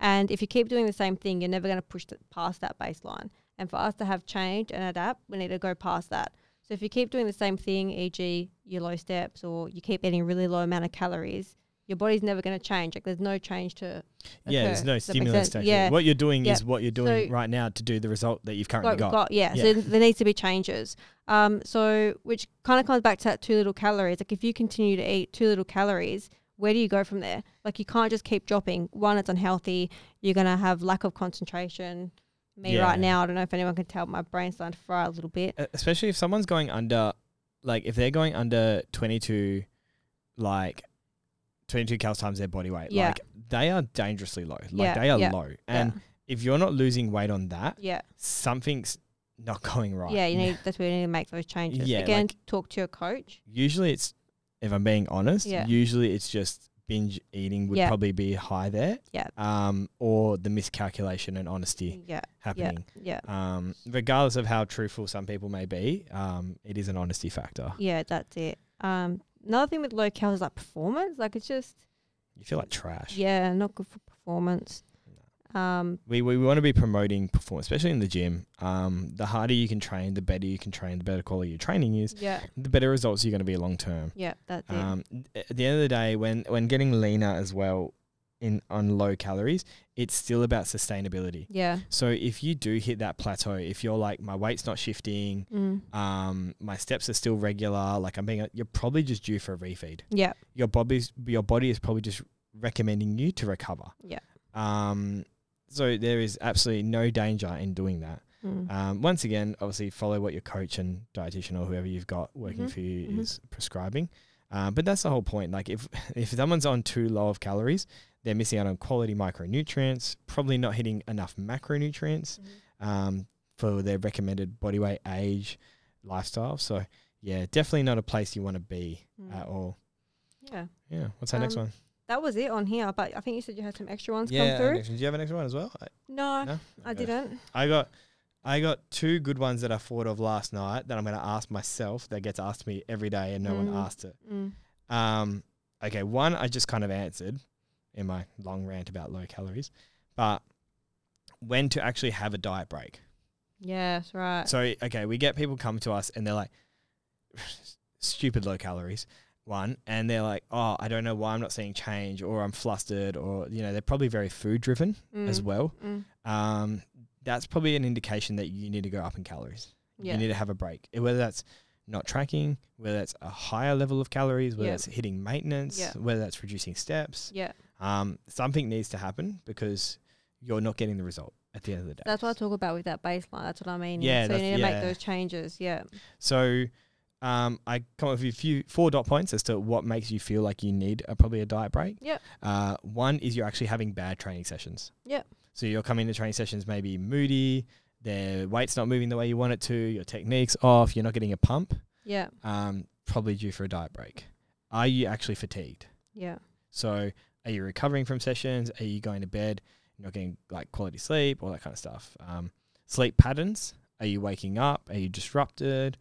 S1: and if you keep doing the same thing, you're never going to push th- past that baseline. And for us to have change and adapt, we need to go past that. So if you keep doing the same thing, e.g., your low steps, or you keep eating a really low amount of calories, your body's never going to change. Like there's no change to
S2: Yeah, there's
S1: occur.
S2: no
S1: Does that make
S2: stimulus.
S1: sense?
S2: to actually-
S1: Yeah,
S2: what you're doing
S1: Yeah.
S2: is what you're doing
S1: So-
S2: right now to do the result that you've currently
S1: what
S2: got.
S1: we've got, yeah.
S2: Yeah.
S1: So there needs to be changes. Um, so which kind of comes back to that too little calories. Like if you continue to eat too little calories, where do you go from there? Like you can't just keep dropping. One, it's unhealthy. You're gonna have lack of concentration. Me
S2: Yeah.
S1: right now, I don't know if anyone can tell, my brain's starting to fry a little bit.
S2: E- Especially if someone's going under, like if they're going under 22, like 22 calories times their body weight,
S1: Yeah.
S2: like they are dangerously low. Like
S1: Yeah,
S2: they are
S1: yeah,
S2: low, and if you're not losing weight on that,
S1: yeah,
S2: something's not going right.
S1: yeah, yeah. You need that's where you need to make those changes.
S2: Yeah,
S1: Again,
S2: like-
S1: talk to your coach.
S2: usually it's if I'm being honest,
S1: Yeah.
S2: usually it's just binge eating would
S1: Yeah.
S2: probably be high there.
S1: Yeah. Mm.
S2: Um, or the miscalculation and honesty
S1: Yeah, yeah,
S2: happening.
S1: yeah,
S2: Um, regardless of how truthful some people may be, um, it is an honesty factor.
S1: yeah. That's it. Um, another thing with low cal is like performance. Like it's just
S2: You feel like trash.
S1: yeah, not good for performance. Um,
S2: We, we, we want to be promoting performance, especially in the gym. Um, the harder you can train, the better you can train, the better quality your training is,
S1: yeah,
S2: the better results you're going to be long term.
S1: yeah, that's it.
S2: Um, at the end of the day, when when getting leaner as well in on low calories, it's still about sustainability.
S1: Yeah.
S2: So if you do hit that plateau, if you're like my weight's not shifting,
S1: Mm.
S2: um, my steps are still regular, like I'm being, you're probably just due for a refeed.
S1: Yeah.
S2: Your body's your body is probably just recommending you to recover.
S1: Yeah.
S2: Um, so there is absolutely no danger in doing that.
S1: Mm.
S2: Um, once again, obviously follow what your coach and dietitian or whoever you've got working
S1: Mhm,
S2: for you
S1: mhm.
S2: is prescribing. Um, but that's the whole point. Like if if someone's on too low of calories, they're missing out on quality micronutrients, probably not hitting enough macronutrients
S1: Mm-hmm.
S2: um, for their recommended body weight, age, lifestyle. So yeah, definitely not a place you want to be
S1: Mm.
S2: at all.
S1: yeah.
S2: Yeah. What's our next
S1: Um,
S2: one?
S1: That was it on here, but I think you said you had some extra ones come through.
S2: Do you have an extra one as well? I,
S1: No,
S2: no,
S1: I didn't.
S2: I got I got two good ones that I thought of last night that I'm going to ask myself that gets asked me every day and no one
S1: Mm.
S2: asked it.
S1: Mm.
S2: Um, okay, one I just kind of answered in my long rant about low calories, but when to actually have a diet break.
S1: Yes, right.
S2: So okay, we get people come to us and they're like, stupid low calories. One and they're like, oh, I don't know why I'm not seeing change, or I'm flustered, or you know, they're probably very food driven
S1: Mm,
S2: as well.
S1: mm,
S2: Um, that's probably an indication that you need to go up in calories.
S1: yeah.
S2: You need to have a break. And Whether that's not tracking, whether that's a higher level of calories, whether
S1: Yeah.
S2: that's hitting maintenance,
S1: Yeah.
S2: whether that's reducing steps,
S1: yeah.
S2: um, something needs to happen because you're not getting the result at the end of the day.
S1: That's what I talk about with that baseline. That's what I mean. So
S2: Yeah,
S1: you
S2: that's-
S1: need to
S2: yeah.
S1: make those changes. Yeah.
S2: So um, I come up with a few four dot points as to what makes you feel like you need a, probably a diet break.
S1: Yep.
S2: Uh, one is you're actually having bad training sessions.
S1: Yep.
S2: So you're coming to training sessions maybe moody, their weight's not moving the way you want it to, your technique's off, you're not getting a pump.
S1: Yeah.
S2: Um, probably due for a diet break. Are you actually fatigued?
S1: Yeah.
S2: So are you recovering from sessions? Are you going to bed? You're not getting like quality sleep, all that kind of stuff. Um, sleep patterns. Are you waking up? Are you disrupted?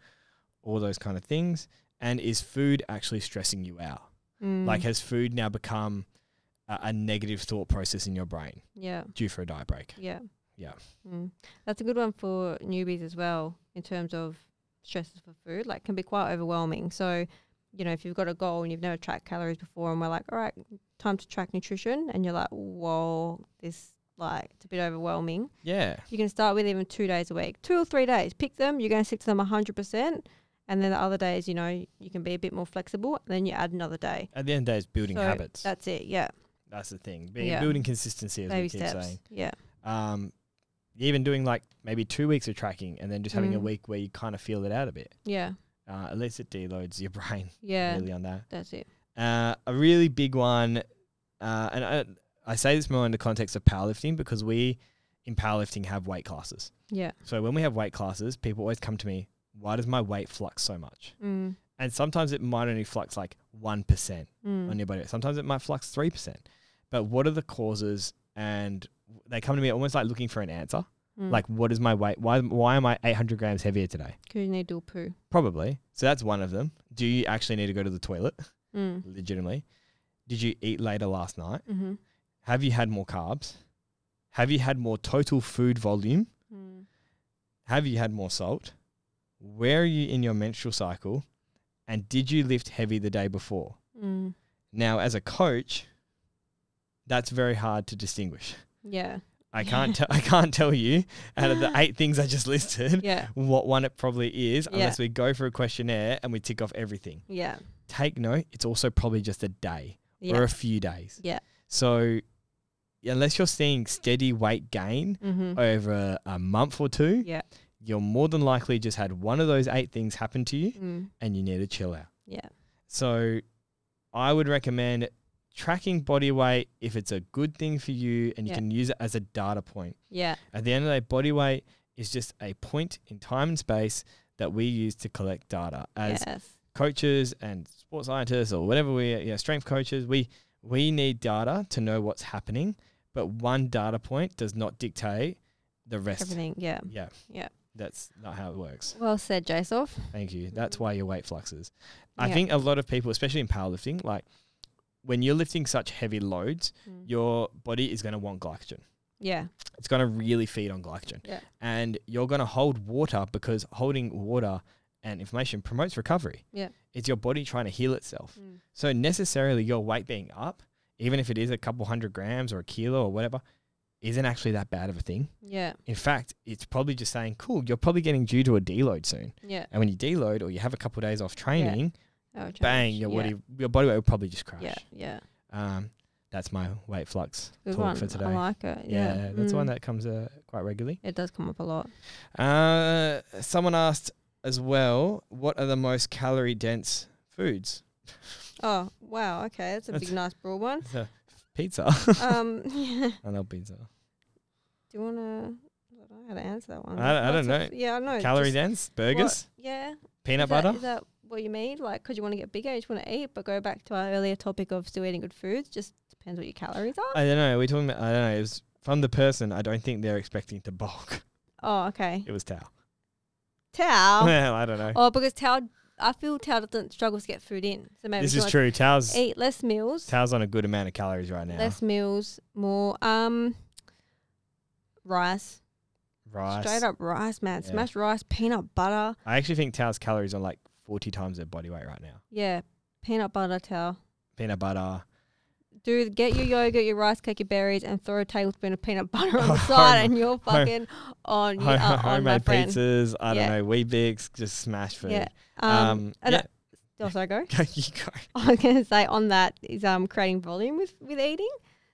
S2: All those kind of things. And is food actually stressing you out?
S1: Mm,
S2: Like, has food now become a, a negative thought process in your brain
S1: yeah.
S2: due for a diet break?
S1: Yeah.
S2: Yeah.
S1: Mm. That's a good one for newbies as well in terms of stresses for food. Like, can be quite overwhelming. So, you know, if you've got a goal and you've never tracked calories before, and we're like, all right, time to track nutrition, and you're like, whoa, this like it's a bit overwhelming.
S2: Yeah.
S1: You can start with even two days a week, two or three days. Pick them. You're going to stick to them 100%. And then the other days, you know, you can be a bit more flexible. And then you add another day.
S2: At the end of the day, it's building
S1: So
S2: habits.
S1: That's it. Yeah.
S2: That's the thing. Being,
S1: Yeah.
S2: Building consistency, as
S1: Baby
S2: we keep
S1: steps.
S2: saying.
S1: Yeah.
S2: Um, even doing like maybe two weeks of tracking and then just having a
S1: Mm.
S2: week where you kind of feel it out a bit.
S1: Yeah.
S2: Uh, at least it deloads your brain
S1: Yeah.
S2: really on that.
S1: That's it.
S2: Uh, a really big one, uh, and I, I say this more in the context of powerlifting because we in powerlifting have weight classes.
S1: Yeah.
S2: So when we have weight classes, people always come to me, why does my weight flux so much?
S1: Mm.
S2: And sometimes it might only flux like 1%
S1: Mm.
S2: on your body. Sometimes it might flux 3%. But what are the causes? And they come to me almost like looking for an answer.
S1: Mm.
S2: Like, what is my weight? Why, why am I 800 grams heavier today?
S1: Because you need dual poo.
S2: Probably. So that's one of them. Do you actually need to go to the toilet?
S1: Mm.
S2: Legitimately. Did you eat later last night?
S1: Mm-hmm.
S2: Have you had more carbs? Have you had more total food volume?
S1: Mm.
S2: Have you had more salt? Where are you in your menstrual cycle? And did you lift heavy the day before?
S1: Mm.
S2: Now, as a coach, that's very hard to distinguish.
S1: Yeah.
S2: I can't tell I can't tell you out of the eight things I just listed
S1: Yeah.
S2: what one it probably is
S1: Yeah.
S2: unless we go for a questionnaire and we tick off everything.
S1: Yeah.
S2: take note, it's also probably just a day
S1: Yeah.
S2: or a few days.
S1: Yeah.
S2: So unless you're seeing steady weight gain
S1: mm-hmm.
S2: over a month or two,
S1: Yeah.
S2: you're more than likely just had one of those eight things happen to you
S1: Mm.
S2: and you need to chill out.
S1: Yeah.
S2: So I would recommend tracking body weight if it's a good thing for you and you
S1: Yeah.
S2: can use it as a data point.
S1: Yeah.
S2: At the end of the day, body weight is just a point in time and space that we use to collect data as
S1: yes.
S2: coaches and sports scientists or whatever we you know, strength coaches we we need data to know what's happening but one data point does not dictate the rest
S1: Everything. Yeah.
S2: yeah
S1: Yeah.
S2: that's not how it works
S1: Well said, Jasof.
S2: thank you that's why your weight fluxes i
S1: Yeah.
S2: think a lot of people especially in powerlifting like when you're lifting such heavy loads
S1: Mm.
S2: your body is going to want glycogen
S1: Yeah.
S2: it's going to really feed on glycogen
S1: Yeah.
S2: and you're going to hold water because holding water and inflammation promotes recovery
S1: Yeah.
S2: it's your body trying to heal itself
S1: Mm.
S2: so necessarily your weight being up, even if it is a couple hundred grams or a kilo or whatever, isn't actually that bad of a thing.
S1: Yeah.
S2: In fact, it's probably just saying, cool, you're probably getting due to a deload soon.
S1: Yeah.
S2: And when you deload or you have a couple of days off training,
S1: That would
S2: bang,
S1: change.
S2: your
S1: yeah.
S2: body your body weight will probably just crash.
S1: Yeah. Yeah.
S2: Um, that's my weight flux
S1: Good
S2: talk
S1: one.
S2: for today.
S1: I like it.
S2: yeah,
S1: Yeah.
S2: that's one
S1: Mm.
S2: that comes uh, quite regularly.
S1: It does come up a lot.
S2: Uh, someone asked as well, what are the most calorie dense foods?
S1: Oh wow, okay, that's a
S2: That's-
S1: big, nice, broad one.
S2: So, pizza.
S1: Um, do
S2: I love pizza.
S1: you wanna? I don't know how to answer that one.
S2: I don't- I
S1: Lots
S2: don't
S1: of- yeah, I know.
S2: Calorie
S1: Oh, just
S2: dense burgers,
S1: what- Yeah.
S2: peanut
S1: is that-
S2: butter.
S1: Is that what you mean? Like, because you want to get bigger, you just want to eat, but go back to our earlier topic of still eating good foods. Just depends what your calories are.
S2: I don't know. We're talking. About, I don't know. It was from the person. I don't think they're expecting to bulk.
S1: oh, okay.
S2: It was Tao.
S1: Tau.
S2: Well, I don't know.
S1: oh, because tau I feel Tao doesn't struggle to get food in. So maybe
S2: this
S1: she
S2: is
S1: wants
S2: true. Tao's
S1: to Eat less meals.
S2: Tao's on a good amount of calories right now.
S1: Less meals, more um rice.
S2: Rice.
S1: Straight up rice, man.
S2: Yeah.
S1: Smashed rice, peanut butter.
S2: I actually think Tao's calories on like forty times their body weight right now.
S1: Yeah, peanut butter towel.
S2: Peanut butter.
S1: Do get your yogurt, your rice cake, your berries, and throw a tablespoon of peanut butter on the
S2: Home-
S1: side, and you're
S2: home-
S1: fucking on. You
S2: Home-
S1: are on my
S2: homemade
S1: friend.
S2: pizzas. I
S1: Yeah.
S2: don't know. Weebix. Just smash food.
S1: Yeah. Um.
S2: Um.
S1: I
S2: yeah.
S1: don't- oh, sorry, go.
S2: Go, you go.
S1: I was going to say on that is um creating volume with with eating.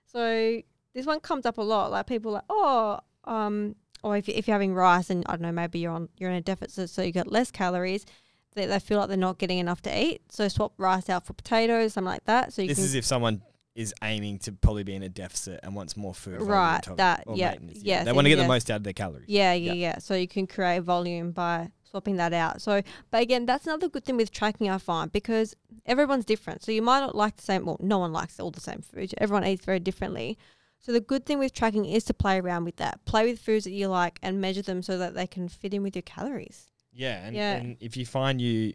S1: So this one comes up a lot. Like people like, oh, um, or if, you- if you're having rice and I don't know, maybe you're on you're in a deficit, so you got less calories. They, they feel like they're not getting enough to eat, so swap rice out for potatoes, something like that. So you
S2: This
S1: can
S2: is if someone is aiming to probably be in a deficit and wants more food. volume
S1: Right,
S2: to-
S1: that-
S2: or
S1: yeah,
S2: maintenance,
S1: yes,
S2: They want to get
S1: yes.
S2: the most out of their calories.
S1: Yeah, yeah,
S2: Yeah.
S1: yeah. So you can create volume by swapping that out. So, but again, that's another good thing with tracking, I find, because everyone's different. So you might not like the same, well, no one likes all the same foods. Everyone eats very differently. So the good thing with tracking is to play around with that. Play with foods that you like and measure them so that they can fit in with your calories.
S2: Yeah. And,
S1: Yeah.
S2: and if you find you,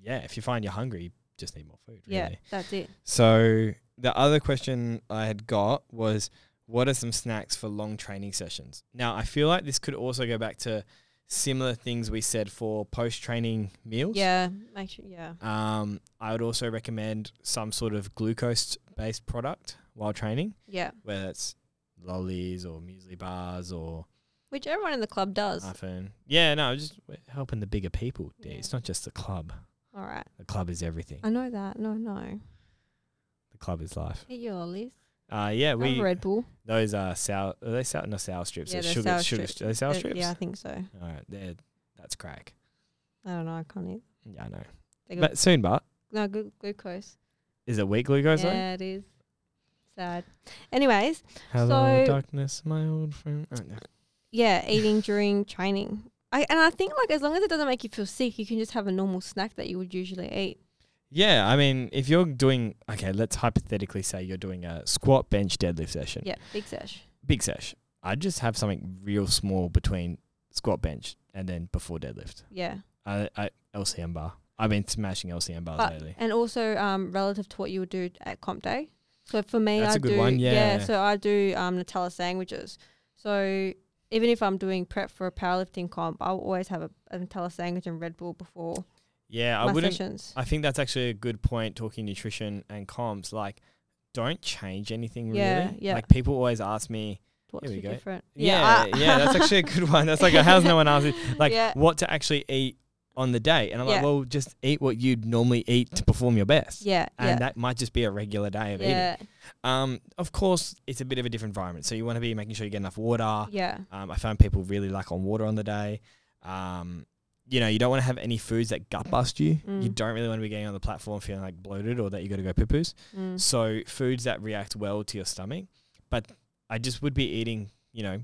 S2: yeah, if you find you're hungry, you just need more food. Really.
S1: Yeah, that's it.
S2: So the other question I had got was, what are some snacks for long training sessions? Now I feel like this could also go back to similar things we said for post-training meals.
S1: Yeah, make sure. Yeah,
S2: Um, I would also recommend some sort of glucose-based product while training,
S1: yeah.
S2: whether it's lollies or muesli bars or
S1: Which everyone in the club does.
S2: muffin. Yeah, no, just we're helping the bigger people. dude.
S1: Yeah.
S2: It's not just the club.
S1: all right,
S2: The club is everything.
S1: I know that. No, no.
S2: The club is life.
S1: Eat your lollies.
S2: Uh, yeah,
S1: We
S2: we
S1: Red Bull.
S2: Those are sour. Are they sour? No, sour strips.
S1: Yeah,
S2: they're
S1: they're
S2: sugar,
S1: sour
S2: sugar,
S1: strips.
S2: Are they sour
S1: Uh,
S2: strips?
S1: Yeah, I think so.
S2: All right. They're, that's crack.
S1: I don't know. I can't eat.
S2: Yeah, I know.
S1: They got-
S2: But soon, but
S1: no, glu- glucose.
S2: is it weak glucose? though?
S1: Yeah, it is. Sad. Anyways,
S2: Hello,
S1: So-
S2: darkness, my old friend. Oh, no.
S1: yeah, eating during training. I and I think like as long as it doesn't make you feel sick, you can just have a normal snack that you would usually eat.
S2: Yeah, I mean, if you're doing okay, let's hypothetically say you're doing a squat, bench, deadlift session,
S1: Yeah, big sesh.
S2: big sesh. I'd just have something real small between squat, bench, and then before deadlift.
S1: Yeah.
S2: I, I LCM bar. I've been smashing LCM bars
S1: But,
S2: lately.
S1: and also um, relative to what you would do at comp day. So for me,
S2: That's
S1: I
S2: a good
S1: do
S2: one, yeah.
S1: So I do um, Nutella sandwiches. So even if I'm doing prep for a powerlifting comp, I'll always have a, a Nutella sandwich and Red Bull before
S2: Yeah, I
S1: my
S2: wouldn't.
S1: sessions.
S2: I think that's actually a good point talking nutrition and comms. Like, don't change anything
S1: Yeah,
S2: really.
S1: yeah.
S2: Like people always ask me,
S1: What's
S2: we
S1: the
S2: go.
S1: different?
S2: yeah, yeah,
S1: I-
S2: that's actually a good one. That's like, a, how's no one asked you? Like,
S1: Yeah.
S2: what to actually eat on the day? And I'm
S1: Yeah.
S2: like, well, just eat what you'd normally eat to perform your best.
S1: yeah,
S2: And
S1: yeah,
S2: that might just be a regular day of eating.
S1: yeah,
S2: Um, of course, it's a bit of a different environment, so you want to be making sure you get enough water.
S1: yeah.
S2: Um, I found people really lack on water on the day. Um, you know, you don't want to have any foods that gut bust you. You
S1: Mm.
S2: don't really want to be getting on the platform feeling like bloated or that you got to go poo poos.
S1: Mm.
S2: So foods that react well to your stomach. But I just would be eating, you know,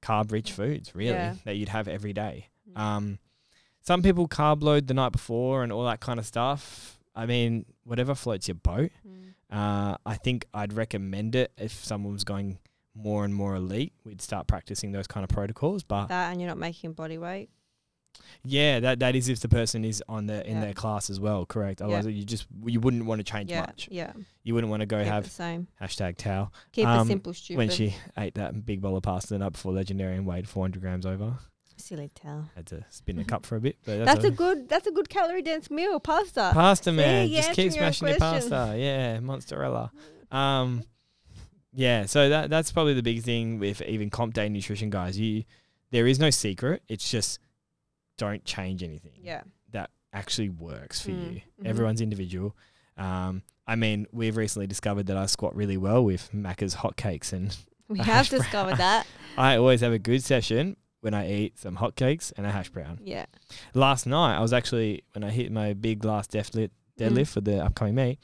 S2: carb rich foods really
S1: Mm. Yeah.
S2: that you'd have every day.
S1: Mm.
S2: Um, some people carb load the night before and all that kind of stuff. I mean, whatever floats your boat.
S1: Mm.
S2: Uh, I think I'd recommend it if someone was going more and more elite. We'd start practicing those kind of protocols. But
S1: that and you're not making body weight.
S2: yeah, that that is if the person is on the in
S1: Yeah.
S2: their class as well, correct? Otherwise, you just you wouldn't want to change
S1: yeah,
S2: much.
S1: yeah.
S2: You wouldn't want to go
S1: Keep
S2: have
S1: the same.
S2: hashtag towel
S1: Keep it
S2: um,
S1: simple, stupid.
S2: when she ate that big bowl of pasta the night before legendary and weighed 400 grams over.
S1: Silly tell.
S2: Had to spin the cup for a bit, but that's,
S1: That's a good. That's a good calorie dense meal, pasta.
S2: pasta
S1: Uh, See,
S2: man.
S1: you're
S2: Just keep
S1: answering your own
S2: smashing your
S1: question.
S2: pasta. Yeah, mozzarella. Um, yeah, so that that's probably the big thing with even comp day nutrition guys. You there is no secret. It's just don't change anything.
S1: yeah.
S2: that actually works for
S1: Mm,
S2: you.
S1: mhm.
S2: Everyone's individual. Um, I mean, we've recently discovered that I squat really well with Macca's hotcakes, and
S1: We
S2: A
S1: have
S2: hash brown.
S1: discovered that.
S2: I always have a good session when I eat some hotcakes and a hash brown.
S1: Yeah.
S2: Last night, I was actually when I hit my big last deadlift, deadlift
S1: Mm.
S2: for the upcoming meet,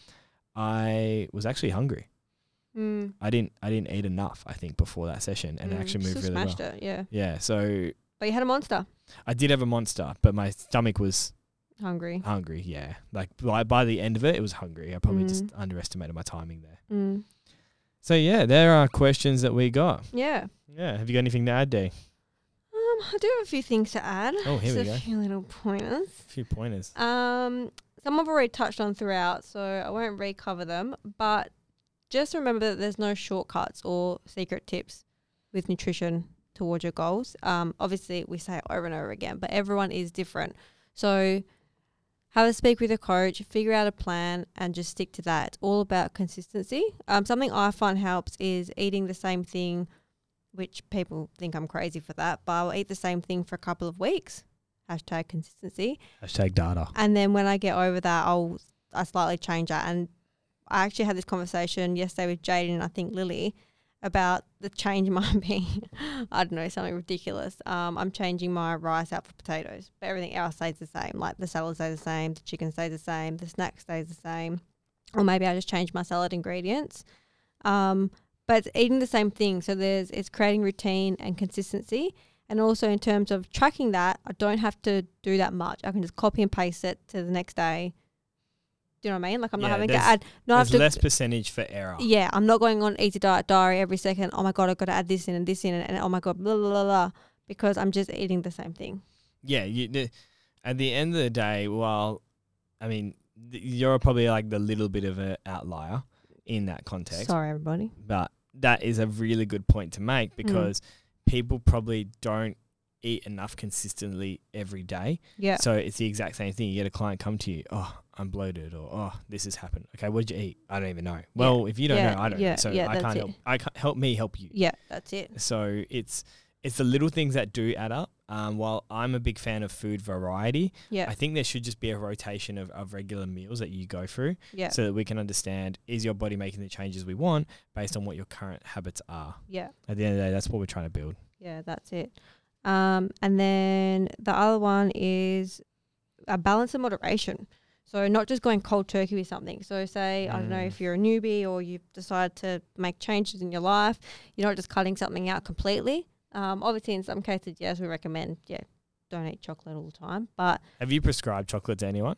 S2: I was actually hungry.
S1: Mm.
S2: I didn't I didn't eat enough, I think, before that session, and it
S1: mm.
S2: actually moved
S1: Still
S2: really well.
S1: smashed it. Yeah.
S2: Yeah, so
S1: But you had a monster.
S2: I did have a monster, but my stomach was
S1: Hungry.
S2: Hungry, yeah. Like by, by the end of it, it was hungry. I probably just
S1: Mm.
S2: underestimated my timing there.
S1: Mm.
S2: So yeah, there are questions that we got.
S1: Yeah.
S2: Yeah, have you got anything to add, Dee?
S1: Um, I do have a few things to add.
S2: Oh, here
S1: Just
S2: we
S1: a
S2: go.
S1: few little pointers.
S2: A few pointers.
S1: Um, some I've already touched on throughout, so I won't recover them. But just remember that there's no shortcuts or secret tips with nutrition towards your goals. Um, obviously, we say it over and over again, but everyone is different. So have a speak with a coach, figure out a plan, and just stick to that. It's all about consistency. Um, something I find helps is eating the same thing, which people think I'm crazy for that, but I'll eat the same thing for a couple of weeks. Hashtag consistency.
S2: Hashtag data.
S1: And then when I get over that, I'll I slightly change that. And I actually had this conversation yesterday with Jaden and I think Lily about the change in my being. I don't know something ridiculous. Um, I'm changing my rice out for potatoes, but everything else stays the same. Like the salad stays the same, the chicken stays the same, the snack stays the same, or maybe I just change my salad ingredients. Um, but it's eating the same thing. So there's it's creating routine and consistency. And also in terms of tracking that, I don't have to do that much. I can just copy and paste it to the next day. Do you know what I mean? Like I'm
S2: Yeah,
S1: not having to
S2: there's-
S1: add, not have
S2: There's
S1: to
S2: less percentage for error.
S1: yeah, I'm not going on eat a diet diary every second. Oh my god, I've got to add this in and this in and, and oh my god, blah blah blah blah, because I'm just eating the same thing.
S2: yeah you, the, at the end of the day while i mean th- you're probably like the little bit of an outlier in that context
S1: Sorry, Mm. everybody.
S2: but that is a really good point to make because people probably don't eat enough consistently every day
S1: Yeah,
S2: so it's the exact same thing you get a client come to you oh i'm bloated or oh this has happened okay what did you eat i don't even know well if you don't
S1: Yeah,
S2: know i don't
S1: yeah,
S2: know so
S1: yeah,
S2: i
S1: that's
S2: can't
S1: it.
S2: help i can't help me help you
S1: yeah, that's it.
S2: so it's it's the little things that do add up. Um, while I'm a big fan of food variety,
S1: Yeah.
S2: I think there should just be a rotation of, of regular meals that you go through
S1: Yeah,
S2: so that we can understand is your body making the changes we want based on what your current habits are.
S1: yeah,
S2: At the end of the day, that's what we're trying to build.
S1: yeah, that's it. Um, and then the other one is a balance and moderation. So not just going cold turkey with something. So say I don't know
S2: Mm.
S1: if you're a newbie or you've decided to make changes in your life, you're not just cutting something out completely. Um, obviously, in some cases, yes, we recommend yeah, don't eat chocolate all the time, but
S2: Have you prescribed chocolate to anyone?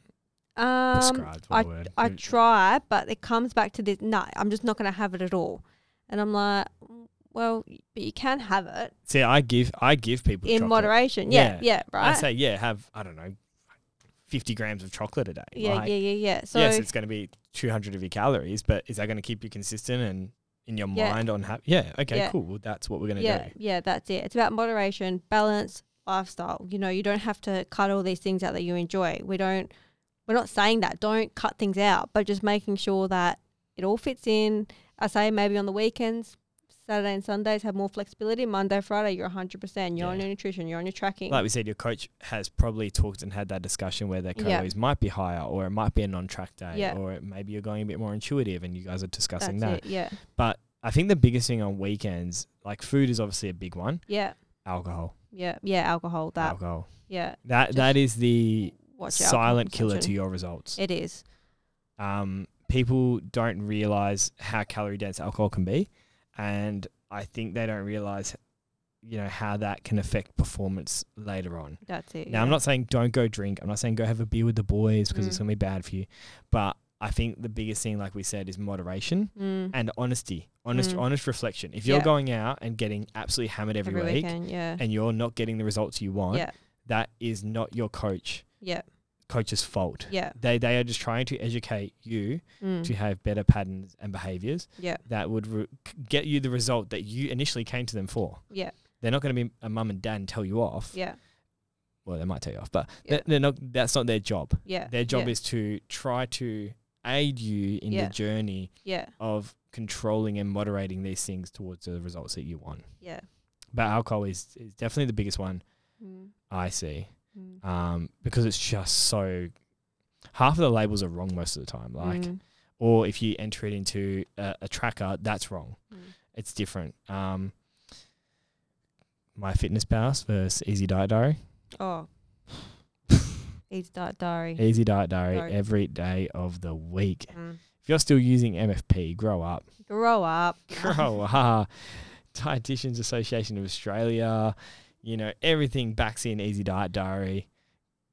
S1: um,
S2: prescribed, what a word.
S1: I
S2: Mm.
S1: try, but it comes back to this. No, I'm just not going to have it at all. And I'm like, "Mm, well, y- but you can have it
S2: See, I give I give people
S1: in
S2: chocolate.
S1: moderation. Yeah,
S2: Yeah.
S1: yeah, right.
S2: I say, yeah, have I don't know, fifty grams of chocolate a day.
S1: yeah,
S2: Like,
S1: yeah, yeah, yeah. So
S2: yes, it's going to be 200 of your calories, but is that going to keep you consistent and in your
S1: Yeah.
S2: mind on happy? Yeah. Okay,
S1: Yeah.
S2: cool. Well, that's what we're going to
S1: yeah,
S2: do.
S1: yeah, that's it. It's about moderation, balance, lifestyle. You know, you don't have to cut all these things out that you enjoy. We don't. We're not saying that don't cut things out, but just making sure that it all fits in. I say maybe on the weekends, Saturday and Sundays have more flexibility. Monday, Friday, you're 100. percent You're on
S2: Yeah.
S1: your nutrition. You're on your tracking.
S2: Like we said, your coach has probably talked and had that discussion where their
S1: Yeah.
S2: calories might be higher or it might be a non track day
S1: Yeah.
S2: or it, maybe you're going a bit more intuitive and you guys are discussing that.
S1: it. Yeah,
S2: But I think the biggest thing on weekends, like food is obviously a big one,
S1: yeah,
S2: alcohol.
S1: yeah, yeah. Alcohol. That.
S2: alcohol.
S1: Yeah.
S2: That
S1: just
S2: that is the
S1: Watch out.
S2: silent killer to your results.
S1: It is.
S2: um, people don't realize how calorie dense alcohol can be, and I think they don't realize, you know, how that can affect performance later on.
S1: That's it.
S2: Now, I'm not saying don't go drink. I'm not saying go have a beer with the boys because it's
S1: Mm.
S2: gonna be bad for you, but I think the biggest thing, like we said, is moderation
S1: yeah. Mm.
S2: and honesty, honest,
S1: Mm.
S2: honest reflection. If you're
S1: Yeah.
S2: going out and getting absolutely hammered every, week
S1: weekend. Yeah.
S2: and you're not getting the results you want,
S1: Yeah.
S2: that is not your coach
S1: Yeah.
S2: coach's fault.
S1: Yeah.
S2: They they are just trying to educate you
S1: Mm.
S2: to have better patterns and behaviors
S1: Yeah.
S2: that would re- c- get you the result that you initially came to them for.
S1: Yeah.
S2: They're not going to be a mum and dad and tell you off.
S1: Yeah.
S2: Well, they might tell you off, but
S1: Yeah.
S2: they're, they're not. That's not their job.
S1: Yeah.
S2: Their job
S1: yeah,
S2: is to try to aid you in
S1: Yeah.
S2: the journey
S1: Yeah.
S2: of controlling and moderating these things towards the results that you want.
S1: Yeah.
S2: But alcohol is, is definitely the biggest one
S1: Mm.
S2: I see
S1: Mm.
S2: um, because it's just so. Half of the labels are wrong most of the time. Like,
S1: Mm.
S2: or if you enter it into a, a tracker, that's wrong.
S1: Mm.
S2: It's different. Um, my fitness pass versus Easy Diet Diary.
S1: Oh. Eat diet Mm-hmm. diary.
S2: Easy Diet Diary
S1: Diet.
S2: every day of the week.
S1: Mm.
S2: If you're still using MFP, grow up.
S1: Grow up.
S2: Grow up. Dietitians Association of Australia, you know, everything backs in Easy Diet Diary.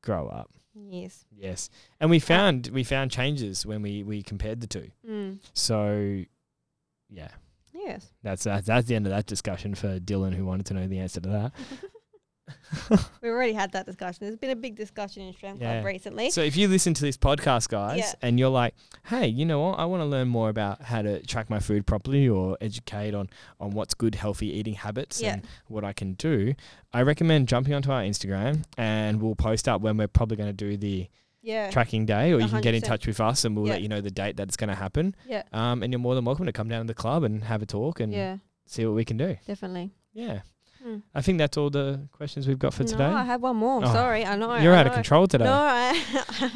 S2: Grow up.
S1: yes.
S2: Yes. And we found we found changes when we we compared the two.
S1: Mm.
S2: So yeah.
S1: Yes.
S2: That's, that's that's the end of that discussion for Dylan, who wanted to know the answer to that.
S1: We've already had that discussion. There's been a big discussion in Strength
S2: Yeah.
S1: Club recently.
S2: So if you listen to this podcast, guys,
S1: Yeah.
S2: and you're like, "Hey, you know what? I want to learn more about how to track my food properly or educate on on what's good healthy eating habits
S1: Yeah.
S2: and what I can do," I recommend jumping onto our Instagram and we'll post up when we're probably going to do the
S1: yeah.
S2: tracking day, or you can get in
S1: 100%.
S2: touch with us and we'll
S1: Yeah.
S2: let you know the date that it's going to happen.
S1: yeah.
S2: Um, and you're more than welcome to come down to the club and have a talk and
S1: Yeah.
S2: see what we can do.
S1: Definitely.
S2: Yeah,
S1: Hmm.
S2: I think that's all the questions we've got for
S1: No, I
S2: today.
S1: had one more.
S2: Oh,
S1: Sorry. I know.
S2: You're
S1: I
S2: out of
S1: know.
S2: control today.
S1: No, I.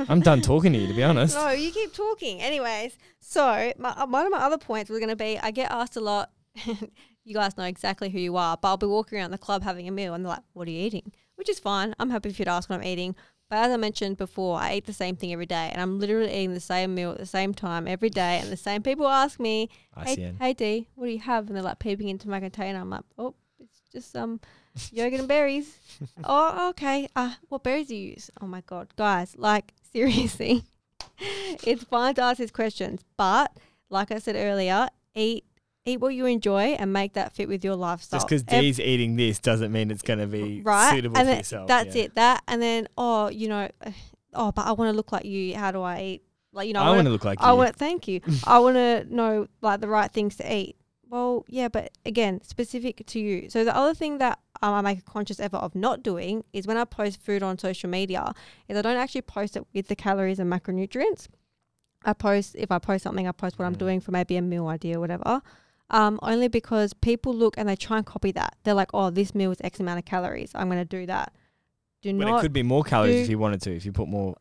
S2: I'm done talking to you, to be honest.
S1: No, you keep talking. Anyways, so my, uh, one of my other points was going to be I get asked a lot, you guys know exactly who you are, but I'll be walking around the club having a meal and they're like, what are you eating? Which is fine. I'm happy for you to ask what I'm eating. But as I mentioned before, I eat the same thing every day and I'm literally eating the same meal at the same time every day. And the same people ask me, hey,
S2: ICN.
S1: hey D, what do you have? And they're like peeping into my container. I'm like, oh, it's just some yogurt and berries. oh, okay. Uh, what berries do you use? Oh my God, guys, like seriously, it's fine to ask these questions, but like I said earlier, eat eat what you enjoy and make that fit with your lifestyle.
S2: Just because
S1: Ev-
S2: Dee's eating this doesn't mean it's going to be
S1: right,
S2: suitable
S1: and
S2: for
S1: then
S2: yourself.
S1: That's
S2: yeah.
S1: it. That and then oh, you know, oh, but I want to look like you. How do I eat? Like you know,
S2: I
S1: wanna-
S2: want to look like
S1: I
S2: you.
S1: want to thank you. I want to know like the right things to eat. Well, yeah, but again, specific to you. So the other thing that um, I make a conscious effort of not doing is when I post food on social media, is I don't actually post it with the calories and macronutrients. I post if I post something, I post what I'm
S2: Mm.
S1: doing for maybe a meal idea or whatever. Um, only because people look and they try and copy that. They're like, "Oh, this meal is X amount of calories. I'm going to do that." Do
S2: But
S1: not
S2: it could be more calories
S1: do-
S2: if you wanted to, if you put more.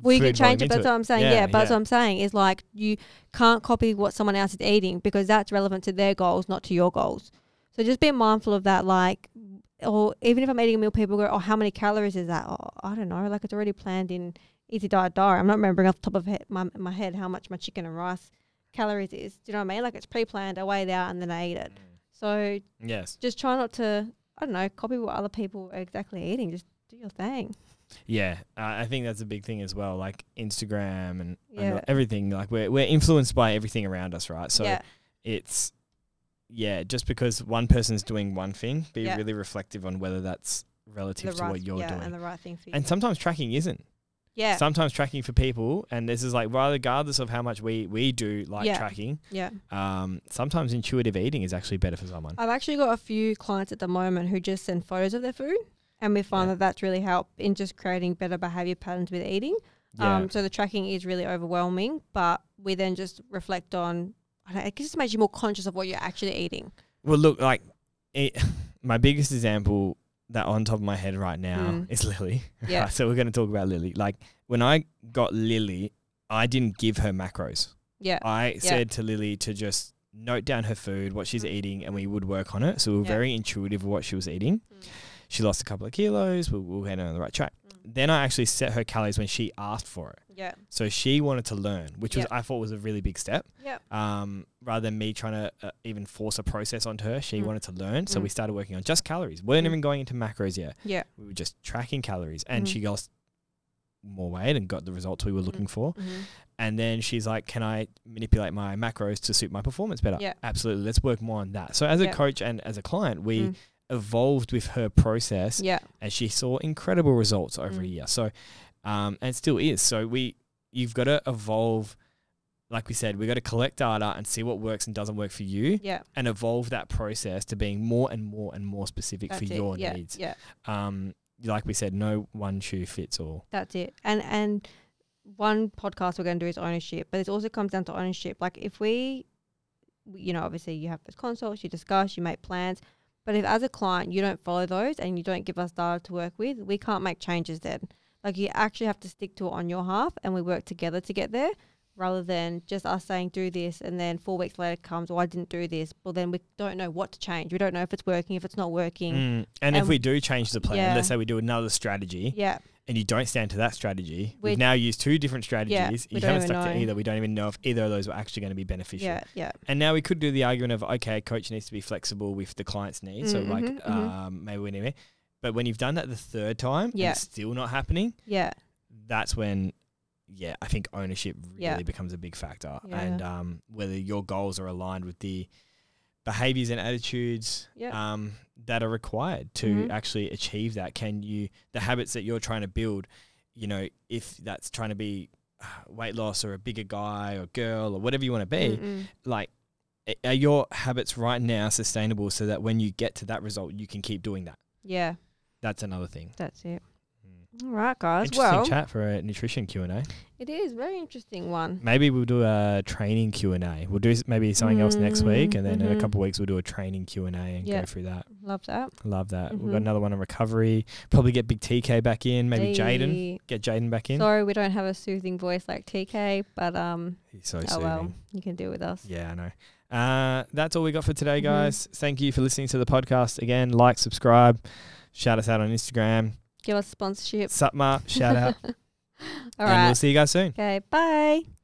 S1: well, you can
S2: food volume
S1: change it. but That's
S2: into
S1: what I'm saying.
S2: Yeah,
S1: Yeah, but that's
S2: yeah.
S1: what I'm saying is like you can't copy what someone else is eating because that's relevant to their goals, not to your goals. So just be mindful of that. Like, or even if I'm eating a meal, people go, "Oh, how many calories is that?" Oh, I don't know. Like it's already planned in Easy Diet Diary. I'm not remembering off the top of he- my my head how much my chicken and rice calories is. Do you know what I mean? Like it's pre-planned. I weigh it out and then I eat it. So
S2: Mm. Yes.
S1: just try not to. I don't know. Copy what other people are exactly eating. Just do your thing.
S2: Yeah. Uh, I think that's a big thing as well, like Instagram and,
S1: Yeah.
S2: and everything. Like we're, we're influenced by everything around us, right? So
S1: yeah.
S2: it's, yeah, just because one person's doing one thing, be
S1: Yeah.
S2: really reflective on whether that's relative to what you're
S1: yeah,
S2: doing.
S1: and
S2: And,
S1: the right thing for you.
S2: sometimes tracking isn't.
S1: yeah.
S2: Sometimes tracking for people, and this is like regardless of how much we, we do like
S1: Yeah.
S2: tracking,
S1: Yeah.
S2: Um, sometimes intuitive eating is actually better for someone.
S1: I've actually got a few clients at the moment who just send photos of their food, and we find
S2: Yeah.
S1: that that's really helped in just creating better behavior patterns with eating. Um, so the tracking is really overwhelming, but we then just reflect on. I don't, it just makes you more conscious of what you're actually eating.
S2: well, look, like it, my biggest example that on top of my head right now
S1: Mm.
S2: is Lily.
S1: Yeah.
S2: so we're going to talk about Lily. Like when I got Lily, I didn't give her macros.
S1: Uh, Yeah.
S2: I said to Lily to just note down her food, what she's
S1: Mhm.
S2: eating, and we would work on it. So we were
S1: Yeah. Mm.
S2: very intuitive of what she was eating. She lost a couple of kilos. We'll, we'll head on the right track. Then I actually set her calories when she asked for it.
S1: Yeah.
S2: So she wanted to learn, which was
S1: Yeah.
S2: I thought was a really big step.
S1: Yeah.
S2: um, rather than me trying to uh, even force a process onto her. She
S1: Mm.
S2: wanted to learn, so we
S1: Mm.
S2: started working on just calories. We weren't
S1: Mm.
S2: even going into macros yet.
S1: Yeah.
S2: We were just tracking calories, and
S1: Mhm.
S2: she lost more weight and got the results we were looking for.
S1: Mhm.
S2: And then she's like, "Can I manipulate my macros to suit my performance better?"
S1: Yeah.
S2: Absolutely. Let's work more on that. So as
S1: Yeah.
S2: a coach and as a client, we
S1: Mm.
S2: evolved with her process,
S1: Yeah.
S2: and she saw incredible results over a
S1: Mm.
S2: year. So, um, and still is. So we, you've got to evolve. Like we said, we got to collect data and see what works and doesn't work for you,
S1: Yeah.
S2: and evolve that process to being more and more and more specific
S1: That's
S2: for
S1: it.
S2: your
S1: yeah.
S2: needs.
S1: Yeah.
S2: Um, like we said, no one shoe fits all.
S1: That's it. And and one podcast we're going to do is ownership, but it also comes down to ownership. Like if we, you know, obviously you have those consults, you discuss, you make plans, but if as a client you don't follow those and you don't give us data to work with, we can't make changes then. Like you actually have to stick to it on your half, and we work together to get there. Rather than just us saying do this, and then four weeks later comes, well I didn't do this. Well then we don't know what to change. We don't know if it's working, if it's not working.
S2: Mm. And if
S1: And-
S2: we do change the plan,
S1: Yeah.
S2: let's say we do another strategy,
S1: Yeah,
S2: and you don't stand to that strategy, we've
S1: We-
S2: now used two different strategies.
S1: we
S2: you
S1: don't
S2: haven't
S1: even
S2: stuck to
S1: know.
S2: either. We don't even know if either of those were actually going to be beneficial.
S1: yeah, yeah,
S2: And now we could do the argument of okay, coach needs to be flexible with the client's needs.
S1: Mm,
S2: so like,
S1: mhm, mhm.
S2: um, maybe we need it. But when you've done that the third time, and
S1: Yeah.
S2: it's still not happening.
S1: yeah,
S2: That's when, yeah, I think ownership really
S1: Yeah.
S2: becomes a big factor,
S1: Yeah.
S2: and um, whether your goals are aligned with the behaviors and attitudes
S1: yeah.
S2: um, that are required to
S1: Mhm.
S2: actually achieve that? Can you the habits that you're trying to build? You know, if that's trying to be uh, weight loss or a bigger guy or girl or whatever you want to be,
S1: Mm-mm.
S2: like a- are your habits right now sustainable so that when you get to that result you can keep doing that
S1: Yeah,
S2: that's another thing
S1: that's it.
S2: Mm.
S1: All right, guys.
S2: interesting
S1: Well,
S2: chat for a nutrition q&a
S1: it is very interesting one.
S2: maybe we'll do a training q&a we'll do s- maybe something else next week and then in
S1: Mhm.
S2: a couple of weeks we'll do a training q&a and
S1: Yeah.
S2: go through that
S1: Love that.
S2: love that we've
S1: Mhm.
S2: got another one on recovery probably get big tk back in maybe jaden
S1: Hey.
S2: get jaden back in
S1: Sorry, we don't have a soothing voice like TK, but um,
S2: he's so
S1: oh
S2: soothing
S1: well, you can deal with us.
S2: Yeah, I know. Uh, that's all we got for today,
S1: Mhm.
S2: guys. Thank you for listening to the podcast. Again, like, subscribe, shout us out on Instagram.
S1: Give us sponsorship.
S2: Supma, shout out.
S1: All
S2: and
S1: right.
S2: we'll see you guys soon.
S1: Okay. Bye.